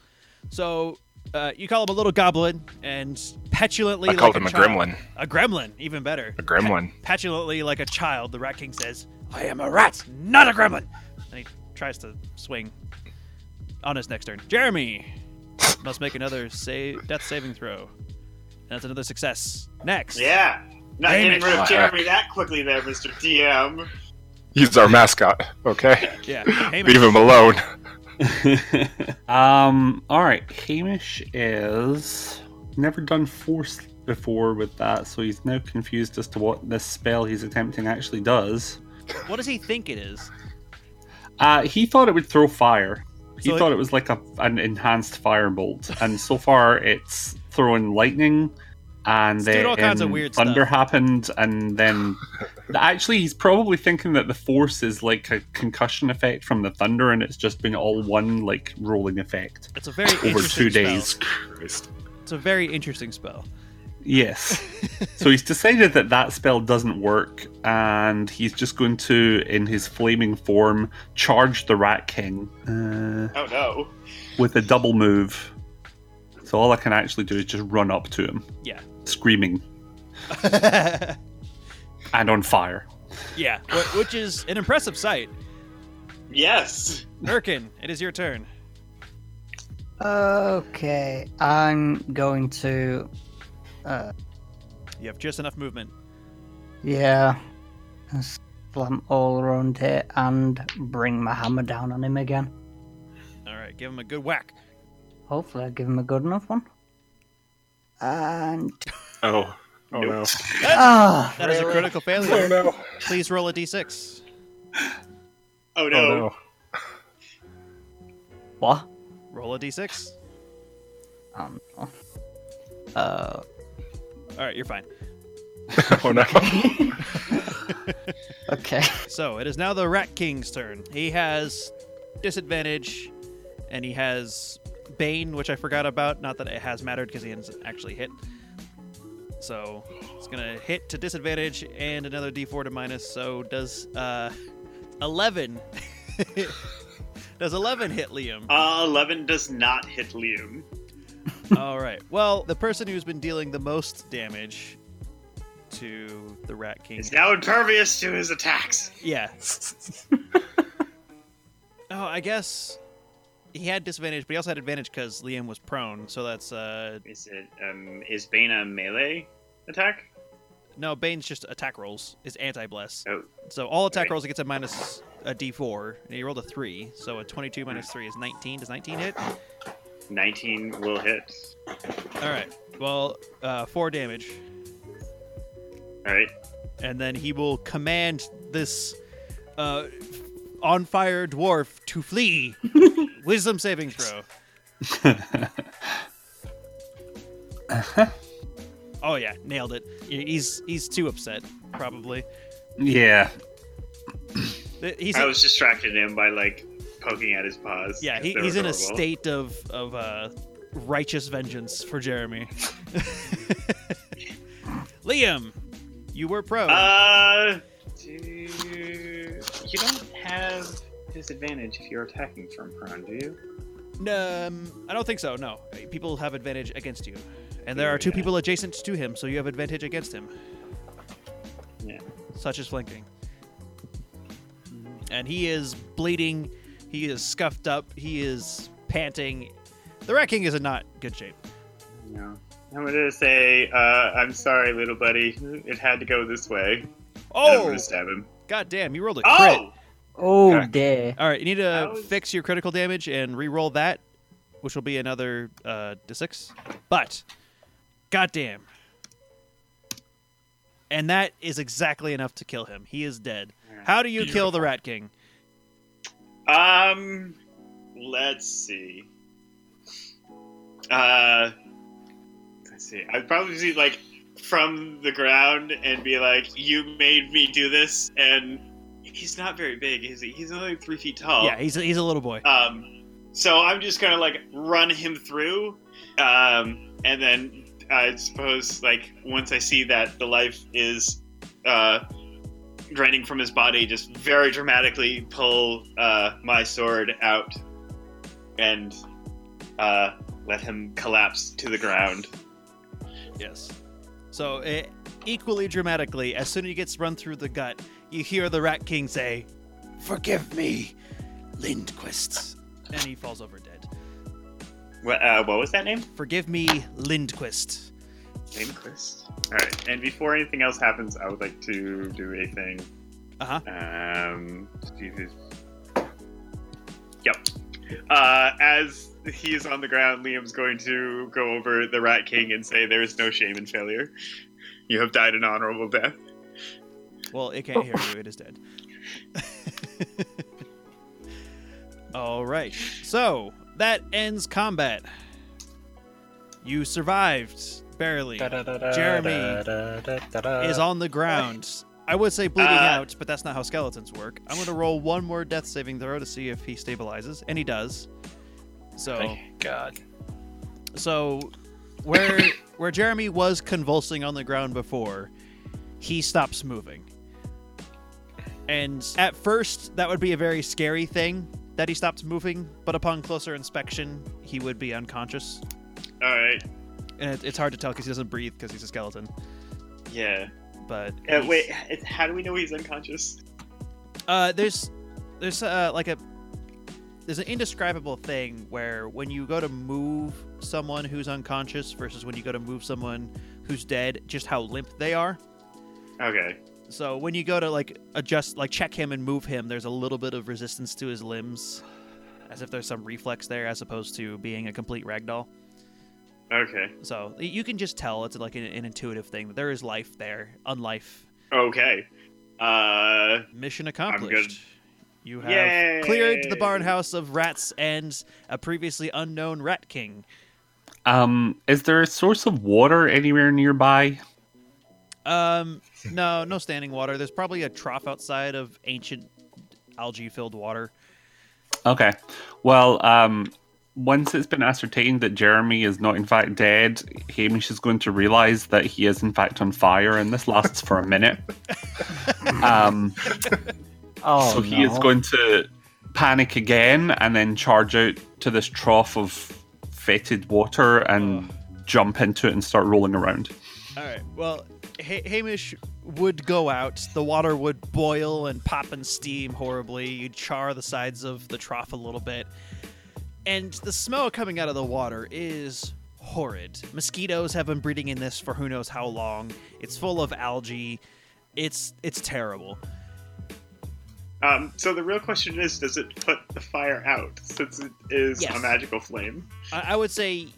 So uh, you call him a little goblin, and petulantly,
I called
like
him a
child-
gremlin.
A gremlin, even better. [laughs]
A gremlin.
Petulantly, like a child, the Rat King says, "I am a rat, not a gremlin." And he tries to swing on his next turn. Jeremy must make another save, death saving throw. And that's another success. Next,
Yeah, not
Damn
getting
it.
rid of
Fuck.
Jeremy that quickly, there, Mister DM.
He's our mascot. Okay.
[laughs]
yeah, Hamish.
Leave him alone.
um. All right. Hamish is never done force before with that, so he's now confused as to what this spell he's attempting actually does.
What does he think it is?
Uh, he thought it would throw fire. He
So it-
thought it was like a, an enhanced firebolt, and so far it's throwing lightning, and
It's doing
then
all kinds of weird stuff.
thunder happened, and then actually he's probably thinking that the force is like a concussion effect from the thunder, and it's just been all one like rolling effect
It's a very
[laughs] over
interesting
two days.
Spell. It's a very interesting spell.
Yes. so he's decided that that spell doesn't work, and he's just going to, in his flaming form, charge the Rat King. Uh,
Oh no!
with a double move. So all I can actually do is just run up to him.
Yeah.
Screaming and on fire.
yeah, wh- which is an impressive sight.
Yes,
Merkin, it is your turn.
Okay, I'm going to. Uh,
You have just enough movement.
yeah. Slam all around here and bring my hammer down on him again.
All right, give him a good whack.
Hopefully, I give him a good enough one.
[laughs]
And
Oh. Oh no.
ah,
That is a critical
Oh
failure.
no.
Please roll a d6.
Oh no.
Oh no.
what?
Roll a d6.
Oh no. Uh,
All right, you're fine.
Oh [laughs] no.
okay. [laughs]
So it is now the Rat King's turn. He has disadvantage, and he has Bane, which I forgot about. Not that it has mattered because he hasn't actually hit. So it's gonna hit to disadvantage and another D4 to minus. So does uh, 11? [laughs] does 11 hit Liam?
Uh, Eleven does not hit Liam.
All right. Well, the person who's been dealing the most damage to the Rat King.
Is now impervious to his attacks.
Yeah. [laughs] oh, I guess he had disadvantage, but he also had advantage because Liam was prone. So that's uh
Is it? Um, is Bane a melee attack?
no. Bane's just attack rolls. Is anti bless.
Oh.
So all attack
Right.
rolls he gets a minus a d4, and he rolled a three. So a 22 minus three is 19. Does 19 hit? All
Nineteen will hit.
right. Well, uh, four damage,
All right.
and then he will command this uh, on fire dwarf to flee. Wisdom saving throw. Oh yeah, nailed it. He's he's too upset, probably.
yeah.
He's
I was distracted him by like poking at his paws.
yeah, he,
They were
he's in a
adorable.
state of of uh, righteous vengeance for
[laughs]
Jeremy. [laughs] Liam, you were pro.
Uh, do you, you don't have disadvantage if you're attacking from prone, do you?
um, I don't think so. No, people have advantage against you, and there are two
Yeah.
people adjacent to him, so you have advantage against him.
Yeah.
such as flanking. And he is bleeding. He is scuffed up. He is panting. The Rat King is in not good shape.
No. I'm gonna say, uh, I'm sorry, little buddy. It had to go this way. And I'm
Oh,
gonna stab him.
god damn! You rolled a crit.
Oh!
Oh
Okay.
dear.
All right, you need to
That was-
fix your critical damage and re-roll that, which will be another uh, d6. But, goddamn, and that is exactly enough to kill him. He is dead. How do you kill the Rat King?
Um, let's see. Uh, let's see. I'd probably see like from the ground and be like, "You made me do this," and he's not very big, is he? He's only three feet tall.
Yeah, he's a, he's a little boy.
Um, so I'm just gonna like run him through, um, and then I suppose like once I see that the life is uh, draining from his body, just very dramatically pull uh, my sword out and uh, let him collapse to the ground.
Yes. So, eh, equally dramatically, as soon as he gets run through the gut, you hear the Rat King say, "Forgive me, Lindquist," and he falls over dead.
What, uh, what was that name?
Forgive me, Lindquist.
Lindquist. All right. And before anything else happens, I would like to do a thing.
Uh-huh.
Um. see if he's- Yep. Uh, as he's on the ground, Liam's going to go over the Rat King and say, "There is no shame in failure. You have died an honorable death."
Well, it can't hear you. It is dead. [laughs] All right. So that ends combat. You survived barely. Jeremy Is on the ground. I would say bleeding
Uh,
out, but that's not how skeletons work. I'm going to roll one more death saving throw to see if he stabilizes, and he does. So,
Thank God.
so where where Jeremy was convulsing on the ground before, he stops moving. And at first, that would be a very scary thing that he stops moving, but upon closer inspection, he would be unconscious.
All right.
And it, it's hard to tell because he doesn't breathe because he's a skeleton.
Yeah.
But
Uh,
he's-
wait. it's- How do we know he's unconscious?
Uh, there's there's uh, like a there's an indescribable thing where when you go to move someone who's unconscious versus when you go to move someone who's dead, just how limp they are.
Okay.
So when you go to like adjust, like check him and move him, there's a little bit of resistance to his limbs. as if there's some reflex there, as opposed to being a complete ragdoll.
Okay.
So y- you can just tell it's like an, an intuitive thing that there is life there, unlife.
Okay. Uh,
Mission
good.
accomplished. You have
Yay!
cleared the barnhouse of rats and a previously unknown rat king.
Um, is there a source of water anywhere nearby?
Um, no, no standing water. There's probably a trough outside of ancient algae-filled water.
Okay. Well, um, once it's been ascertained that Jeremy is not in fact dead, Hamish is going to realize that he is in fact on fire, and this lasts for a minute. Um,
Oh,
so he is
no.
going to panic again and then charge out to this trough of fetid water and jump into it and start rolling around. [laughs]
All right. Well, ha- Hamish would go out. The water would boil and pop and steam horribly. You'd char the sides of the trough a little bit. And the smell coming out of the water is horrid. Mosquitoes have been breeding in this for who knows how long. It's full of algae. It's it's terrible.
Um, so the real question is, does it put the fire out since it is a
Yes.
magical flame?
I, I would say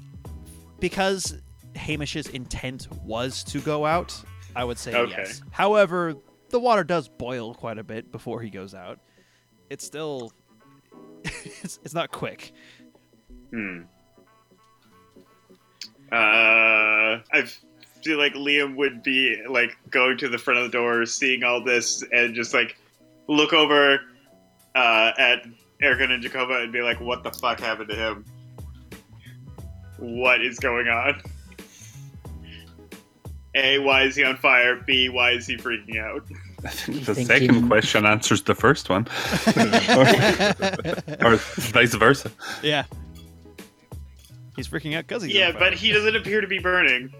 because Hamish's intent was to go out, I would say
Okay.
yes. However, the water does boil quite a bit before he goes out. It's still [laughs] it's, it's not
[laughs]
quick.
Hmm. Uh, I feel like Liam would be like going to the front of the door, seeing all this, and just like look over uh, at Erica and Jacoba and be like, "What the fuck happened to him? What is going on?" A, why is he on fire? B, why is he freaking out?
I think the
think
second
he-
question answers the first one,
[laughs]
or vice versa.
yeah. He's freaking out because he's on
yeah,
fire.
but he doesn't appear to be burning.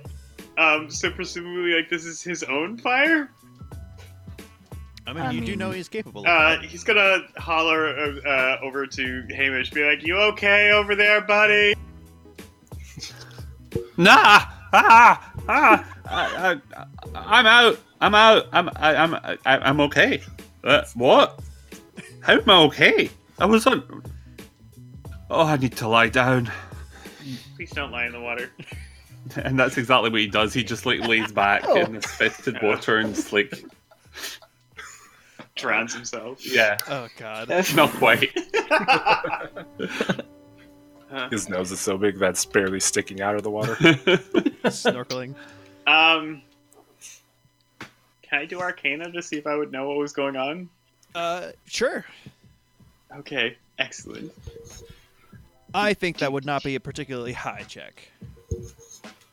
Um, so presumably, like this is his own fire.
I mean,
I
you do know
mean-
he's capable. Of
Uh,
that.
he's gonna holler uh, uh, over to Hamish, be like, "You okay over there, buddy?"
Nah, ah, ah, I, I, I'm out. I'm out. I'm I, I'm I, I'm okay. Uh, what? How am I okay? I was on. Oh, I need to lie down.
Please don't lie in
[laughs]
the water.
[laughs] And that's exactly what he does. He just like lays back in this fisted water and just like
Drowns himself.
yeah,
oh god.
[laughs]
[laughs]
not quite. [laughs]
His nose is so big that's barely sticking out of the [laughs] water.
[laughs]
Snorkeling.
Um, can I do Arcana to see if I would know what was going on?
Uh, sure.
Okay, excellent.
I think that would not be a particularly high check.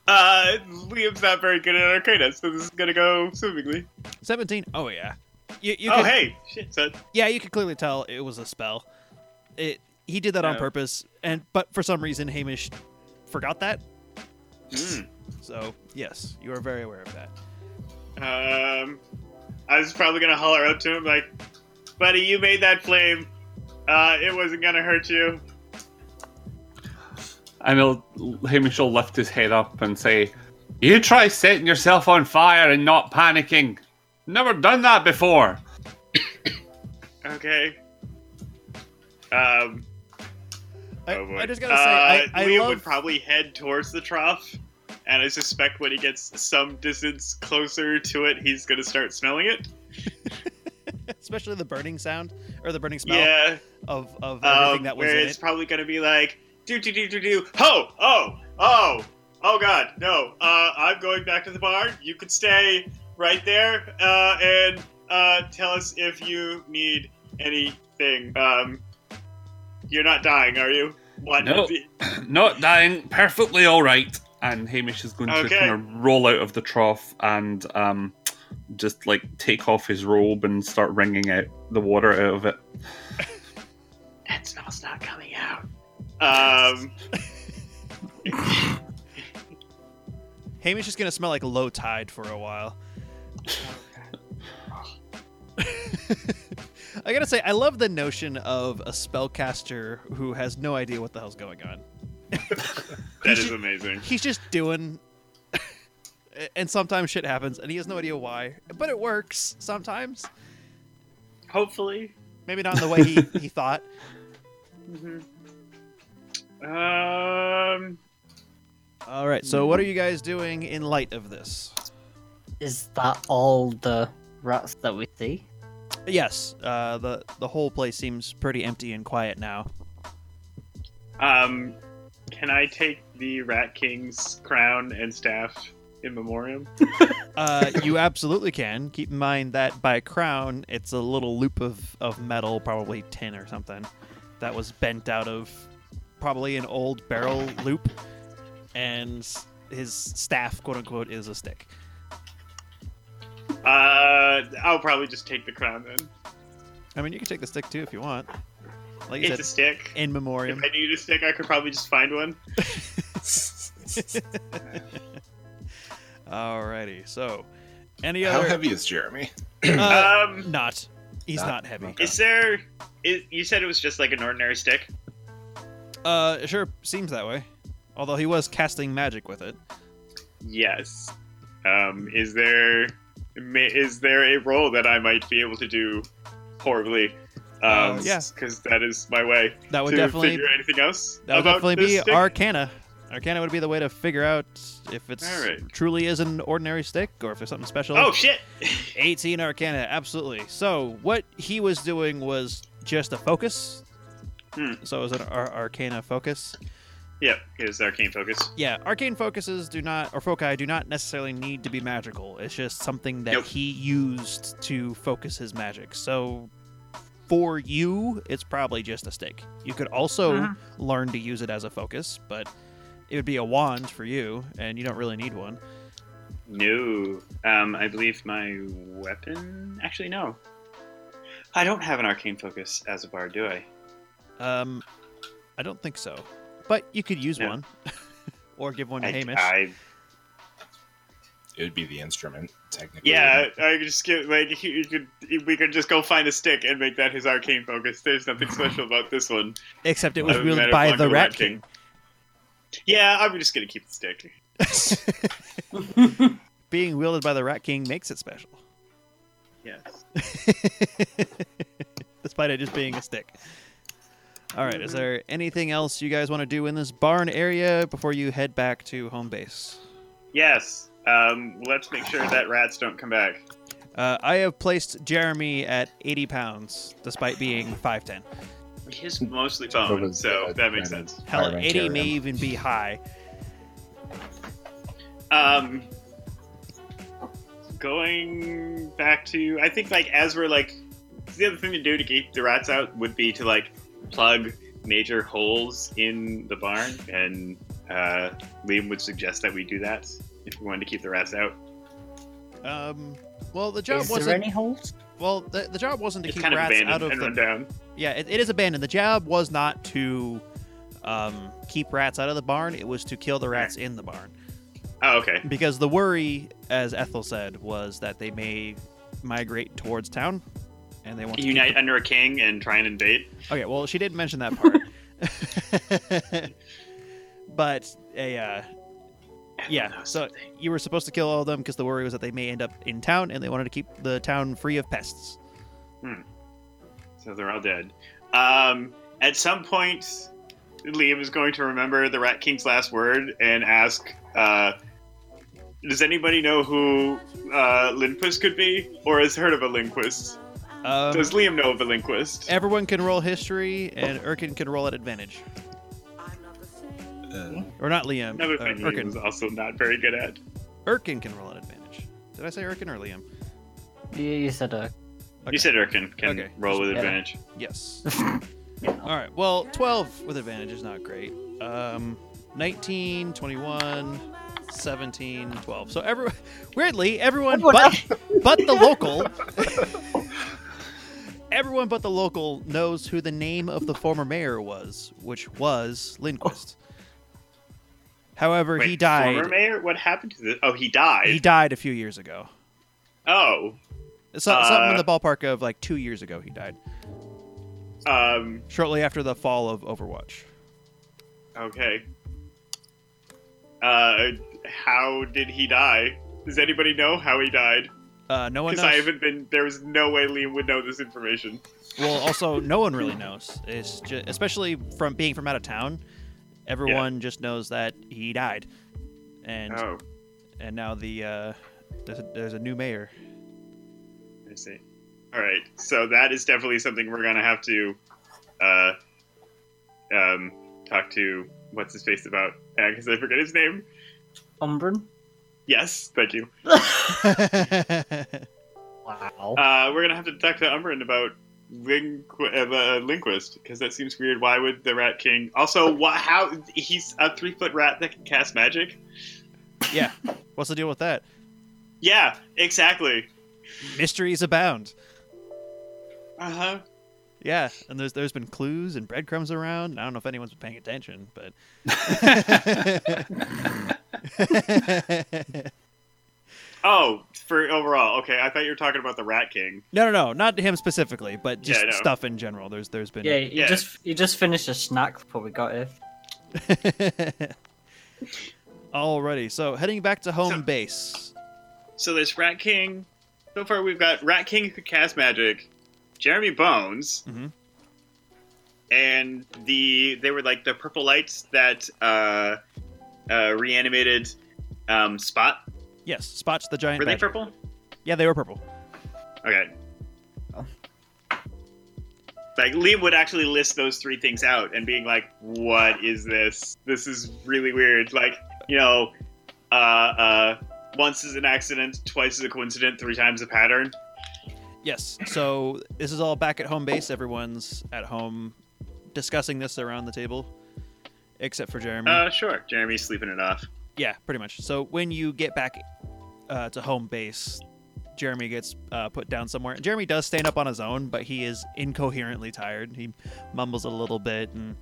Uh, Liam's not very good at Arcana, so this is gonna go swimmingly.
Seventeen. Oh yeah. You, you
oh,
can-
hey, shit, so
Yeah, you could clearly tell it was a spell. It he did that on
Yeah.
purpose, and but for some reason Hamish forgot that.
Mm.
So yes, you are very aware of that.
Um, I was probably gonna holler up to him like, "Buddy, you made that flame. Uh, it wasn't gonna hurt you."
And he'll Hamish will lift his head up and say, "You try setting yourself on fire and not panicking. Never done that before."
Okay. Um,
I,
oh boy.
I just gotta
uh,
say, I, I
Liam
love.
would probably head towards the trough, and I suspect when he gets some distance closer to it, he's gonna start smelling it.
[laughs] especially the burning sound or the burning smell
Yeah,
of of everything
um,
that was
where
in
it's
it.
probably gonna be like, do do do do do, ho, oh, oh, oh, god, no. Uh, I'm going back to the barn. You could stay right there, uh, and uh, tell us if you need anything. Um, you're not dying, are you? What?
No. not dying, perfectly all right. And Hamish is going to
Okay.
kind of roll out of the trough and um, just like take off his robe and start wringing out the water out of it.
That smell's not coming out.
[laughs]
Um,
Hamish is gonna smell like low tide for a while. [laughs] I gotta say, I love the notion of a spellcaster who has no idea what the hell's going on.
[laughs] that is amazing.
he's just doing [laughs] and sometimes shit happens and he has no idea why but it works sometimes
Hopefully.
maybe not in the way he, he thought
Mhm. Mm-hmm. Um.
All right. So what are you guys doing in light of this?
Is that all the rats that we see?
Yes. Uh, the the whole place seems pretty empty and quiet now.
Um, can I take the Rat King's crown and staff in memoriam?
Uh, you absolutely can. Keep in mind that by crown, it's a little loop of, of metal, probably tin or something, that was bent out of probably an old barrel loop, and his staff, quote unquote, is a stick.
Uh, I'll probably just take the crown then.
I mean, you can take the stick too if you want. Like you
It's a
said,
stick.
in
If
memoriam.
I needed a stick, I could probably just find one.
[laughs] Alrighty. So, any
How
other?
heavy is Jeremy?
Uh,
Um,
not. He's
Not-
not heavy.
okay.
is there? Is, you said it was just like an ordinary stick.
Uh, sure. Seems that way. Although he was casting magic with it.
Yes. Um, is there? ma- Is there a role that I might be able to do horribly? Um,
Uh, yeah.
Because that is my way
That would
to
definitely
figure anything else
That would
about
definitely
this
be
stick.
Arcana. Arcana would be the way to figure out if it's
Alright.
truly is an ordinary stick or if there's something special.
Oh shit!
18 Arcana, absolutely. So what he was doing was just a focus.
Hmm.
So it was an ar- Arcana focus.
Yep, here's arcane focus.
Yeah, arcane focuses do not, or foci do not necessarily need to be magical. It's just something that
Nope.
he used to focus his magic. So for you, it's probably just a stick. You could also
Mhm.
learn to use it as a focus, but it would be a wand for you, and you don't really need one.
No, um, I believe my weapon. Actually, no. I don't have an arcane focus as a bard, do I?
Um, I don't think so, but you could use
No.
one, [laughs] or give one to
I,
Hamish.
I-
It would be the instrument, technically.
yeah, I could just get like he- you could. We could just go find a stick and make that his arcane focus. There's nothing special about this one.
Except it was
Other than
wielded
that,
by
it's
the
like
Rat King.
Yeah, I'm just gonna keep the stick.
[laughs] Being wielded by the Rat King makes it special, [laughs]
Yes.
despite it just being a stick. All right, is there anything else you guys want to do in this barn area before you head back to home base?
Yes. Um, let's make sure that rats don't come back.
Uh, I have placed Jeremy at 80 pounds, despite being 5'10.
He's mostly phone, so that makes sense.
Hell, 80 may even be high.
Um, going back to, I think like as we're like, the other thing to do to keep the rats out would be to like plug major holes in the barn, and uh, Liam would suggest that we do that if we wanted to keep the rats out.
Um, well, the job
Is
wasn't.
there any holes?
Well, the, the job wasn't to
it's
keep
kind of
rats
abandoned
out of
and
the
run down.
Yeah, it, it is abandoned. The job was not to um, keep rats out of the barn; it was to kill the rats in the barn.
Oh, okay.
Because the worry, as Ethel said, was that they may migrate towards town, and they want to keep
Unite under a king and try and invade.
the- Okay, well, she did mention that part, [laughs] but a. Uh, yeah, so you were supposed to kill all of them because the worry was that they may end up in town, and they wanted to keep the town free of pests.
So they're all dead. Um, at some point, Liam is going to remember the Rat King's last word and ask, uh, "Does anybody know who uh, Linquist could be, or has heard of a Linquist?
Um,
Does Liam know of a Linquist?"
everyone can roll history, and Erkin can roll at advantage.
Uh,
Or not Liam.
Another
uh,
thing Liam is
Erkin.
also not very good at.
Erkin can roll at advantage. Did I say Erkin or Liam?
You, you said uh,
Okay.
You said Erkin can
Okay.
roll with
Yeah.
advantage.
Yes. All right. Well, 12 with advantage is not great. Um, 19, 21, 17, 12. So every [laughs] weirdly, everyone but but the local [laughs] Everyone but the local knows who the name of the former mayor was, which was Lindquist. However, he
Oh. Wait,
died.
Former mayor? What happened to this? Oh, he died.
He died a few years ago.
oh,
So, something in
Uh,
the ballpark of like two years ago, he died.
um,
Shortly after the fall of Overwatch.
okay. Uh, how did he die? Does anybody know how he died?
Uh, no one
Because
knows.
I haven't been. There was no way Liam would know this information.
[laughs] Well, also, no one really knows. It's just, especially from being from out of town, everyone just knows that he died, and
Oh,
and now the uh, there's, a, there's a new
[laughs]
mayor.
I see. All right, so that is definitely something we're gonna have to uh, um, talk to what's his face about because I forget his name.
[laughs] Umbran?
Yes, thank you.
Wow.
Uh, we're gonna have to talk to Umbrin about linqu- uh, linguist because that seems weird. Why would the Rat King? Also, wha How he's a three foot rat that can cast magic?
yeah, what's the deal with that?
Yeah, exactly.
Mysteries abound.
Uh huh.
Yeah, and there's there's been clues and breadcrumbs around. and I don't know if anyone's been paying attention, but
Oh, for overall, okay. I thought you were talking about the Rat King.
no, no, no, not him specifically, but just
Yeah, I know.
stuff in general. There's there's been
yeah, you
yeah.
just you just finished a snack before we got here.
[laughs] Alrighty, so heading back to home
So-
base.
So this Rat King. So far, we've got Rat King who could cast magic, Jeremy Bones,
Mhm.
and the they were like the purple lights that uh, uh, reanimated um, Spot.
Yes, spots the giant.
Were they
badger.
purple?
Yeah, they were purple.
Okay.
Oh.
Like Liam would actually list those three things out and being like, "What is this? This is really weird." Like, you know, uh, uh, once is an accident, twice is a coincidence, three times a pattern.
Yes. So this is all back at home base. Everyone's at home discussing this around the table, except for Jeremy.
Uh, sure. Jeremy's sleeping it off.
yeah, pretty much. So when you get back uh, to home base, Jeremy gets uh, put down somewhere. Jeremy does stand up on his own, but he is incoherently tired. He mumbles a little bit and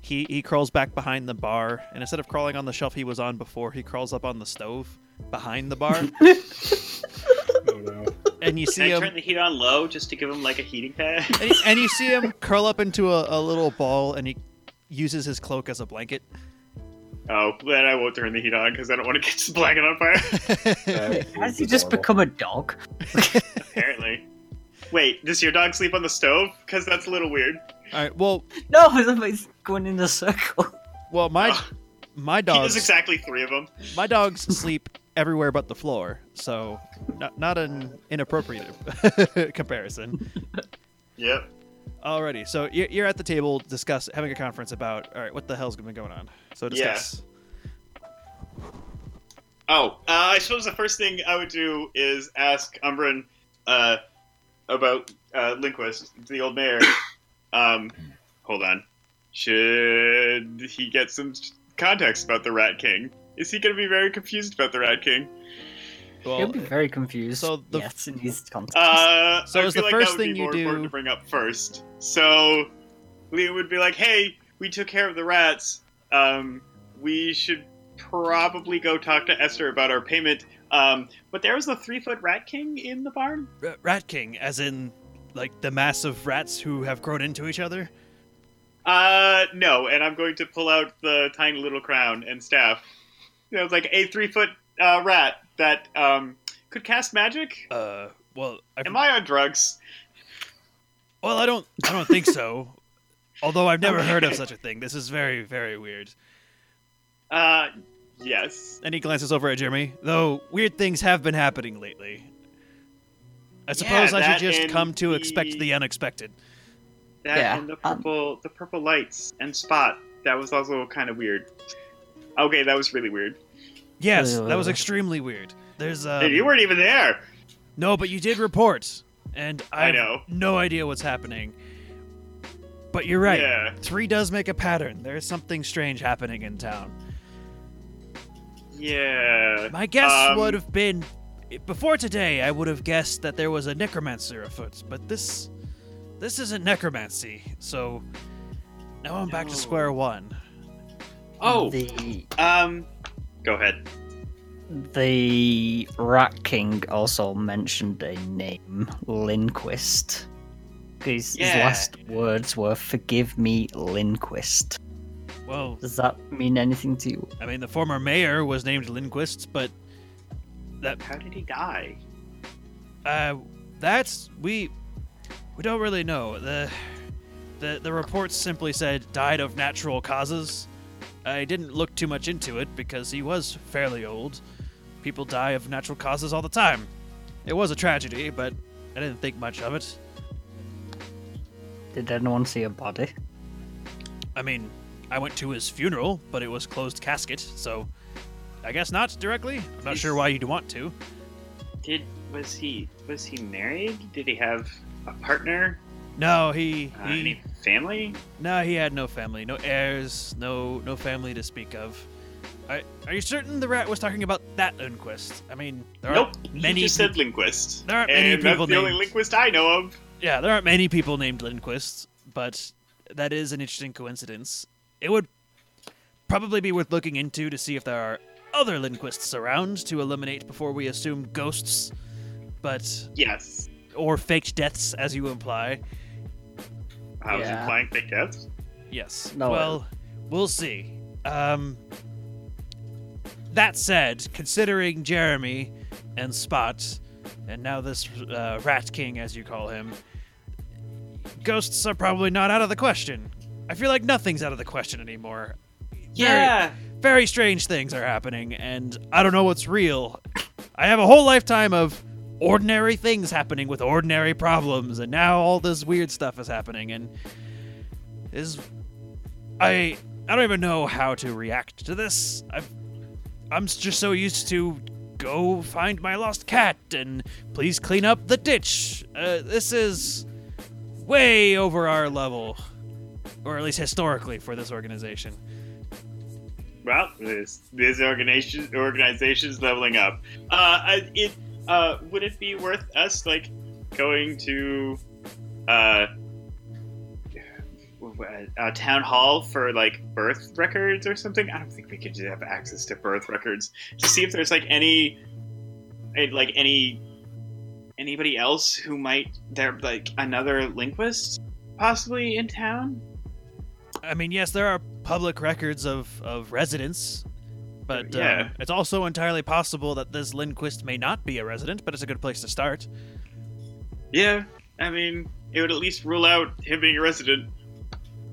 he, he crawls back behind the bar. And instead of crawling on the shelf he was on before, he crawls up on the stove behind the
[laughs]
bar.
Oh no.
and you see
Can I
him
turn the heat on low just to give him like a heating pad? [laughs]
and, you- and you see him curl up into a, a little ball and he uses his cloak as a
[laughs]
blanket
oh, then I won't turn the heat on because I don't want to [laughs] catch the blanket on fire.
That
Has
is
he just
adorable.
become a dog? [laughs]
Apparently. Wait, does your dog sleep on the stove? Because that's a little weird.
all right well
No, [laughs] he's going in a circle. [laughs]
well my
Oh.
my
He does
dogs
exactly three of them.
my dogs sleep everywhere but the floor so not, not an inappropriate [laughs] comparison
Yep.
alrighty so you're, you're at the table discuss having a conference about all right what the hell's been going on so
Yeah.
discuss
Oh, uh, I suppose the first thing I would do is ask Umbrin uh, about uh, Linquist, the old mayor. um, hold on. Should he get some context about the Rat King? Is he going to be very confused about the Rat King?
well
He'll be very confused.
so the-
yes, in his context.
Uh,
So
I
is
feel
the
like
first
that would
thing
be
you
more important
do-
to bring up first. So Liam would be like, "Hey, we took care of the rats. Um, we should probably go talk to Esther about our payment." Um, but there was a three-foot rat king in the barn.
Ra- rat king as in like the mass of rats who have grown into each other
Uh, no, and I'm going to pull out the tiny little crown and staff. It was like a three-foot uh, rat that um, could cast magic.
uh well I
Am I on drugs?
Well, I don't I don't think so. Although I've never heard of
Okay.
such a thing. This is very very weird.
Uh, yes.
And he glances over at Jeremy. Though weird things have been happening lately. I suppose I
that
should just
and
come to
the-
expect the unexpected.
That
Yeah,
and the
um,
purple, the purple lights and spot. That was also kind of weird. Okay, that was really weird.
Yes, that was
Uh.
extremely weird. There's uh
Hey, you weren't even there.
No, but you did report. And
I
I have
know.
no idea what's happening. But you're right.
Yeah.
3 does make a pattern. There's something strange happening in town.
Yeah.
My guess
Um,
would have been before today. I would have guessed that there was a necromancer afoot, but this this isn't necromancy. So now I'm back to
No.
square one.
Oh.
The
Um. Go ahead.
the Rat King also mentioned a name, Linquist. His, his
Yeah.
last words were "Forgive me, Linquist."
Well,
Does that mean anything to you?
I mean, the former mayor was named Lindquist, but
How did he die?
uh, that's we We don't really know. The the the report simply said died of natural causes. I didn't look too much into it because he was fairly old. People die of natural causes all the time. It was a tragedy, but I didn't think much of it.
Did anyone see a body?
I mean, I went to his funeral, but it was closed casket, so I guess not directly. I'm not sure why you'd want to.
Did was he was he married? Did he have a partner?
No, he
Uh,
he
any family?
No, he had no family, no heirs, no no family to speak of. Are, are you certain the rat was talking about that Lindquist? I mean, there
nope.
aren't
Many
many.
just
peop-
said linguist.
There aren't many
and that's
people
the only
named-
linguist I know of.
yeah, there aren't many people named Lindquist, but that is an interesting coincidence. It would probably be worth looking into to see if there are other Lindquists around to eliminate before we assume ghosts, but
Yes.
or faked deaths, as you imply.
I was
Yeah.
implying big deaths.
Yes.
No, uh,
well, we'll see. Um, that said, considering Jeremy and Spot, and now this uh, Rat King, as you call him, ghosts are probably not out of the question. I feel like nothing's out of the question anymore.
Yeah.
Very strange things are happening, and I don't know what's real. I have a whole lifetime of ordinary things happening with ordinary problems, and now all this weird stuff is happening, and is I I don't even know how to react to this. I've, I'm s- just so used to go find my lost cat and please clean up the ditch. Uh, this is way over our level, or at least historically for this organization.
Well, this this organization organization's leveling up. Uh, I- it uh, would it be worth us like going to uh, a town hall for like birth records or something? I don't think we could have access to birth records to see if there's like any eh, like any anybody else who might there like another linguist possibly in town.
I mean, yes, there are public records of, of residents, but uh,
Yeah.
it's also entirely possible that this Lindquist may not be a resident, but it's a good place to start.
Yeah, I mean, it would at least rule out him being a resident.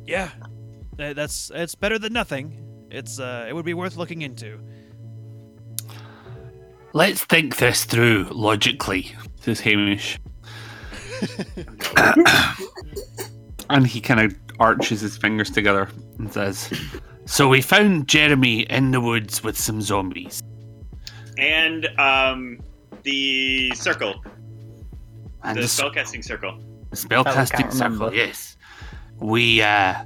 Yeah, Th- that's it's better than nothing. It's uh, it would be worth looking into.
Let's think this through logically, says Hamish. [coughs] and he kind of arches his fingers together and says, So we found Jeremy in the woods with some zombies.
And um, the circle,
And
the
the sp-
spellcasting circle.
can't
spellcasting circle,
remember.
yes. We, uh,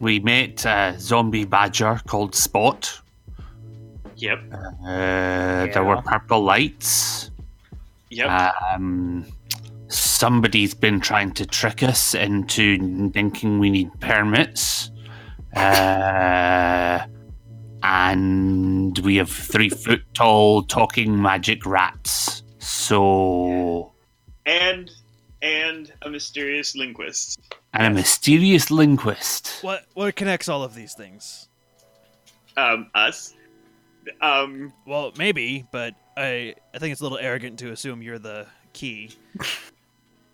we met a zombie badger called Spot.
Yep,
Uh, There were
Yeah.
purple lights.
yep.
Um, somebody's been trying to trick us into thinking we need permits. Uh, and we have three foot tall talking magic rats. So,
and and a mysterious linguist.
and a mysterious linguist.
What what connects all of these things?
Um, us. Um,
Well, maybe, but I I think it's a little arrogant to assume you're the key.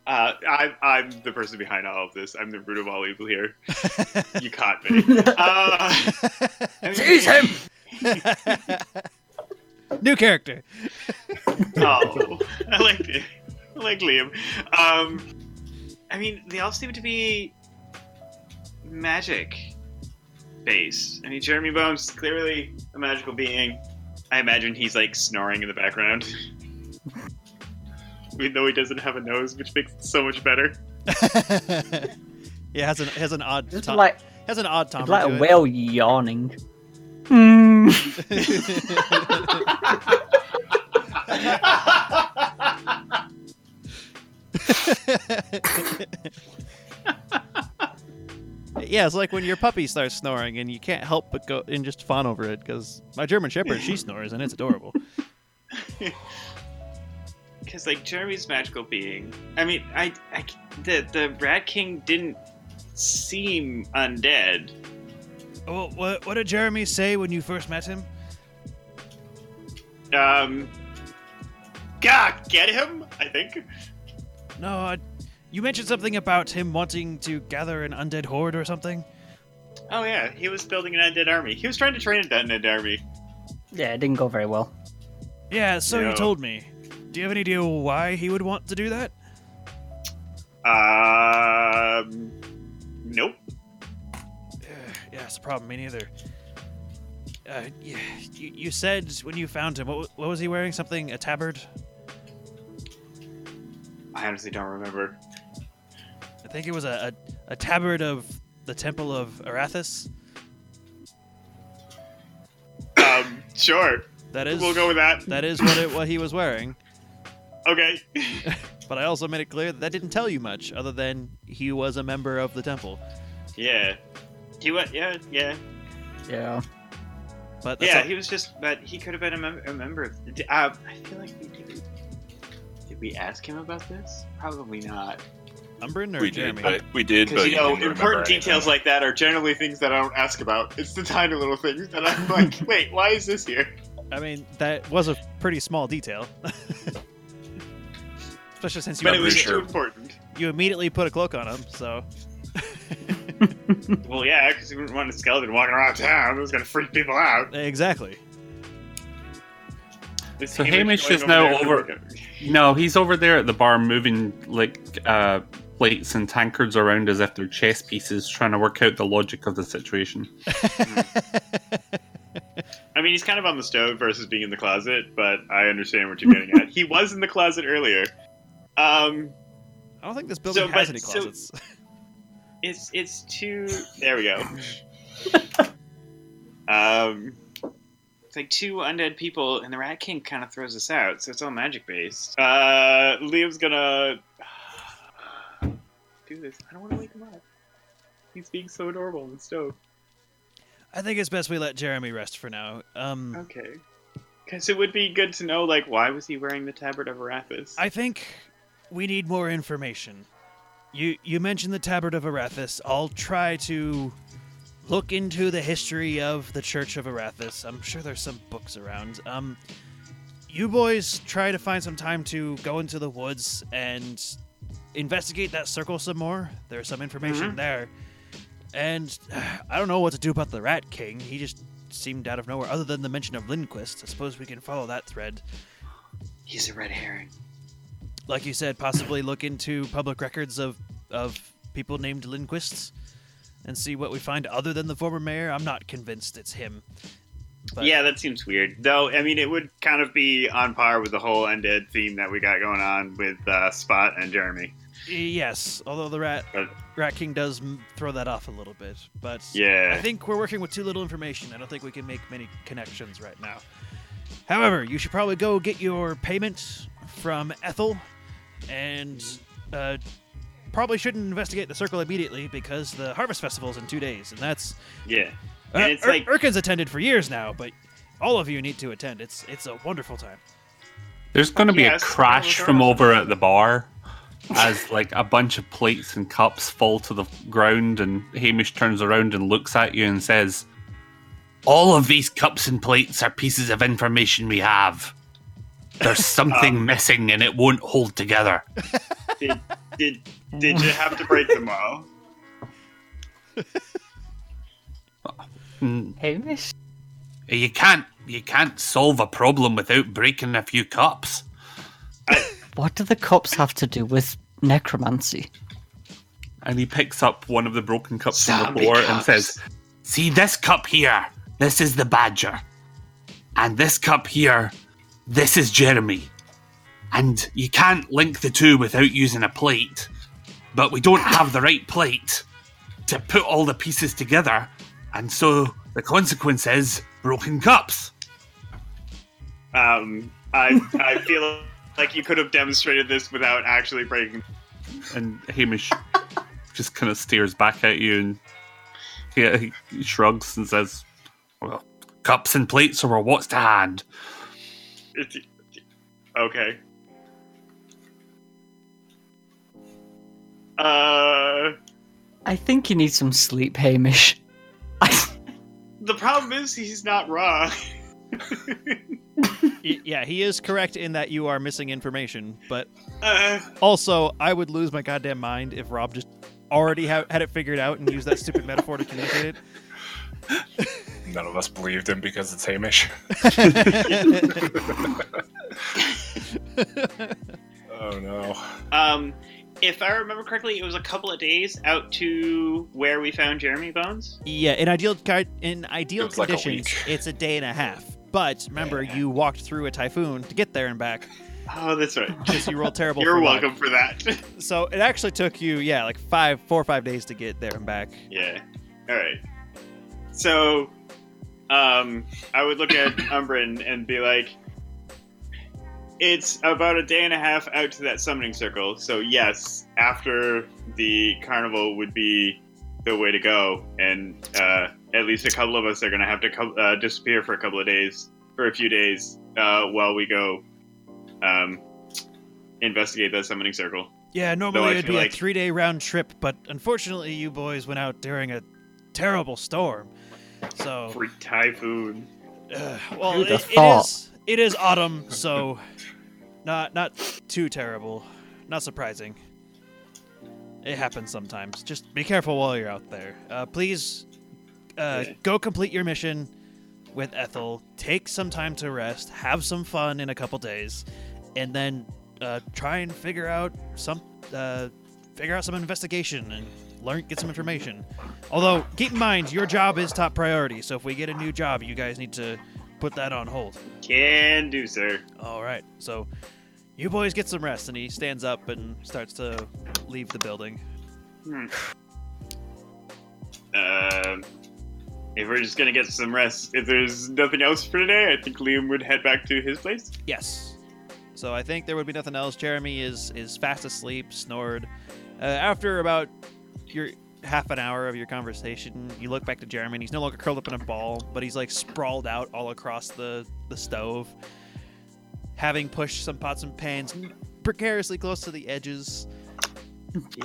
uh, I'm I'm the person behind all of this. I'm the root of all evil here. you caught me. Uh,
Seize him!
[laughs] New character. [laughs]
oh, [laughs] I like it. I like Liam. Um, I mean, they all seem to be magic based. I mean, Jeremy Bones clearly a magical being. I imagine he's like snoring in the background. [laughs] Even though he doesn't have a nose, which makes it so much better.
yeah, has an has an odd
It's
tom-
like
has an odd timbre
it's like
to
a
it.
whale yawning. Hmm.
yeah, it's like when your puppy starts snoring and you can't help but go and just fawn over it because my German Shepherd she snores and it's adorable.
Because like Jeremy's magical being. I mean, I, I c- the the Rat King didn't seem undead.
[laughs] Well, what, what did Jeremy say when you first met him?
Um, God, get him! I think.
No, I, you You mentioned something about him wanting to gather an undead horde or something.
Oh yeah, he was building an undead army. He was trying to train an undead army.
[laughs] Yeah, it didn't go very well.
Yeah, so
Yeah.
you told me. Do you have any idea why he would want to do that?
Um, nope.
Yeah, it's a problem. Me neither. Uh, yeah, you, you said when you found him, what, wa- what was he wearing? Something, a tabard?
I honestly don't remember.
I think it was a, a, a tabard of the Temple of Arathis.
Um, sure,
That is-
we'll go with that.
That is what it, what he was wearing.
Okay.
But I also made it clear that that didn't tell you much, other than he was a member of the temple.
Yeah. He went. Yeah, yeah,
Yeah.
But that's
yeah.
all-
He was just, but he could have been a, mem- a member. Of, d- uh, I feel like we did. Did we ask him about this? Probably not.
Umbrin or
we
Jeremy?
did, but we did,
Because
but
you know,
didn't remember
important
anything.
details like that are generally things that I don't ask about. It's the tiny little things that
[laughs]
I'm like, wait, why is this here?
I mean, that was a pretty small detail. [laughs] Especially since you,
but it was
pretty sure.
too important.
[laughs]
you immediately put a cloak on him, so.
Well, yeah, because you wouldn't want a skeleton walking around town. It was going to freak people out.
Exactly. [laughs]
This
So Hamish
going
is now
there to
over-
look at-
No, he's over there at the bar moving like uh, plates and tankards around as if they're chess pieces, trying to work out the logic of the situation.
I mean, he's kind of on the stove versus being in the closet, but I understand what you're getting
[laughs]
at. He was in the closet earlier. Um,
I don't think this building
So,
has
but-
any
so-
closets. [laughs]
it's it's too. There we [laughs] go. um, it's like two undead people, and the Rat King kind of throws us out, so it's all magic based. Uh, Liam's gonna [sighs] do this. I don't want to wake him up. He's being so adorable in the stove.
I think it's best we let Jeremy rest for now. Um,
Okay. Because it would be good to know, like, why was he wearing the tabard of Arathis?
I think we need more information. You you mentioned the Tabard of Arathis. I'll try to look into the history of the Church of Arathis. I'm sure there's some books around. Um, you boys try to find some time to go into the woods and investigate that circle some more. There's some information there. And [sighs] I don't know what to do about the Rat King. He just seemed out of nowhere. Other than the mention of Lindquist, I suppose we can follow that thread
He's a red herring.
like you said, possibly look into public records of of people named Lindquists and see what we find other than the former mayor. I'm not convinced it's him. But
yeah, that seems weird. Though, I mean, it would kind of be on par with the whole undead theme that we got going on with uh, Spot and Jeremy.
Yes, although the rat
But-
rat king does m- throw that off a little bit, but
Yeah.
I think we're working with too little information. I don't think we can make many connections right now. However, you should probably go get your payment from Ethel, and uh, probably shouldn't investigate the circle immediately because the harvest festival's in two days, and that's
yeah.
uh,
And it's
Ur-
like-
Urkin's attended for years now, but all of you need to attend. It's it's a wonderful time.
There's going to be
Yes,
a crash
well,
from
there-
over at the bar as like a bunch of plates and cups fall to the ground, and Hamish turns around and looks at you and says, "All of these cups and plates are pieces of information we have."
[laughs]
There's something missing and it won't hold together.
Did, did, did you have to break them all?
Mm,
Hamish?
You can't you can't solve a problem without breaking a few cups.
What do the cops have to do with necromancy?
and he picks up one of the broken cups from the
Zombie
floor and
cups.
says, "See this cup here? This is the badger, and this cup here, this is Jeremy. And you can't link the two without using a plate, but we don't have the right plate to put all the pieces together, and so the consequence is broken cups."
Um, I, I feel like you could have demonstrated this without actually breaking.
And Hamish [laughs] just kind of stares back at you and he, he shrugs and says, "Well, cups and plates are what's to hand."
It's, okay. Uh.
I think you need some sleep, Hamish. I,
The problem is he's not wrong.
Y- yeah, he is correct in that you are missing information, but
Uh,
also I would lose my goddamn mind if Rob just already ha- had it figured out and used that stupid metaphor to communicate
None of us believed him because it's Hamish.
it.
Oh no.
Um, if I remember correctly, it was a couple of days out to where we found Jeremy Bones.
yeah, in ideal ki- in ideal
It's like a
conditions,
week.
it's a day and a half. But remember, you walked through a typhoon to get there and back
oh,
[laughs]
that's right.
because you rolled terrible.
[laughs] You're
for luck.
welcome for that.
So it actually took you, yeah, like five, four or five days to get there and back.
yeah. All right. So, um, I would look at Umbrin and be like, "It's about a day and a half out to that summoning circle. So yes, after the carnival would be the way to go, and uh, at least a couple of us are gonna have to co- uh, disappear for a couple of days, for a few days, uh, while we go." Um, investigate that summoning circle
Yeah,
Though I
normally it'd
feel
be
like-
a three day round trip, but unfortunately, you boys went out during a terrible storm. So,
freak typhoon
uh, well,
Who'da
it, it
thought?
is it is autumn, so not not too terrible, not surprising. It happens sometimes. Just be careful while you're out there. Uh, please, uh,
Yeah.
go complete your mission with Ethel. Take some time to rest. Have some fun in a couple days, and then uh, try and figure out some uh, figure out some investigation and learn get some information. Although, keep in mind your job is top priority. So if we get a new job, you guys need to put that on hold.
Can do, sir.
All right. So you boys get some rest, and he stands up and starts to leave the building.
Um, if we're just gonna get some rest, if there's nothing else for today, I think Liam would head back to his place.
Yes. So I think there would be nothing else. Jeremy is is fast asleep, snored. Uh, after about your half an hour of your conversation, you look back to Jeremy. and He's no longer curled up in a ball, but he's like sprawled out all across the the stove, having pushed some pots and pans precariously close to the edges.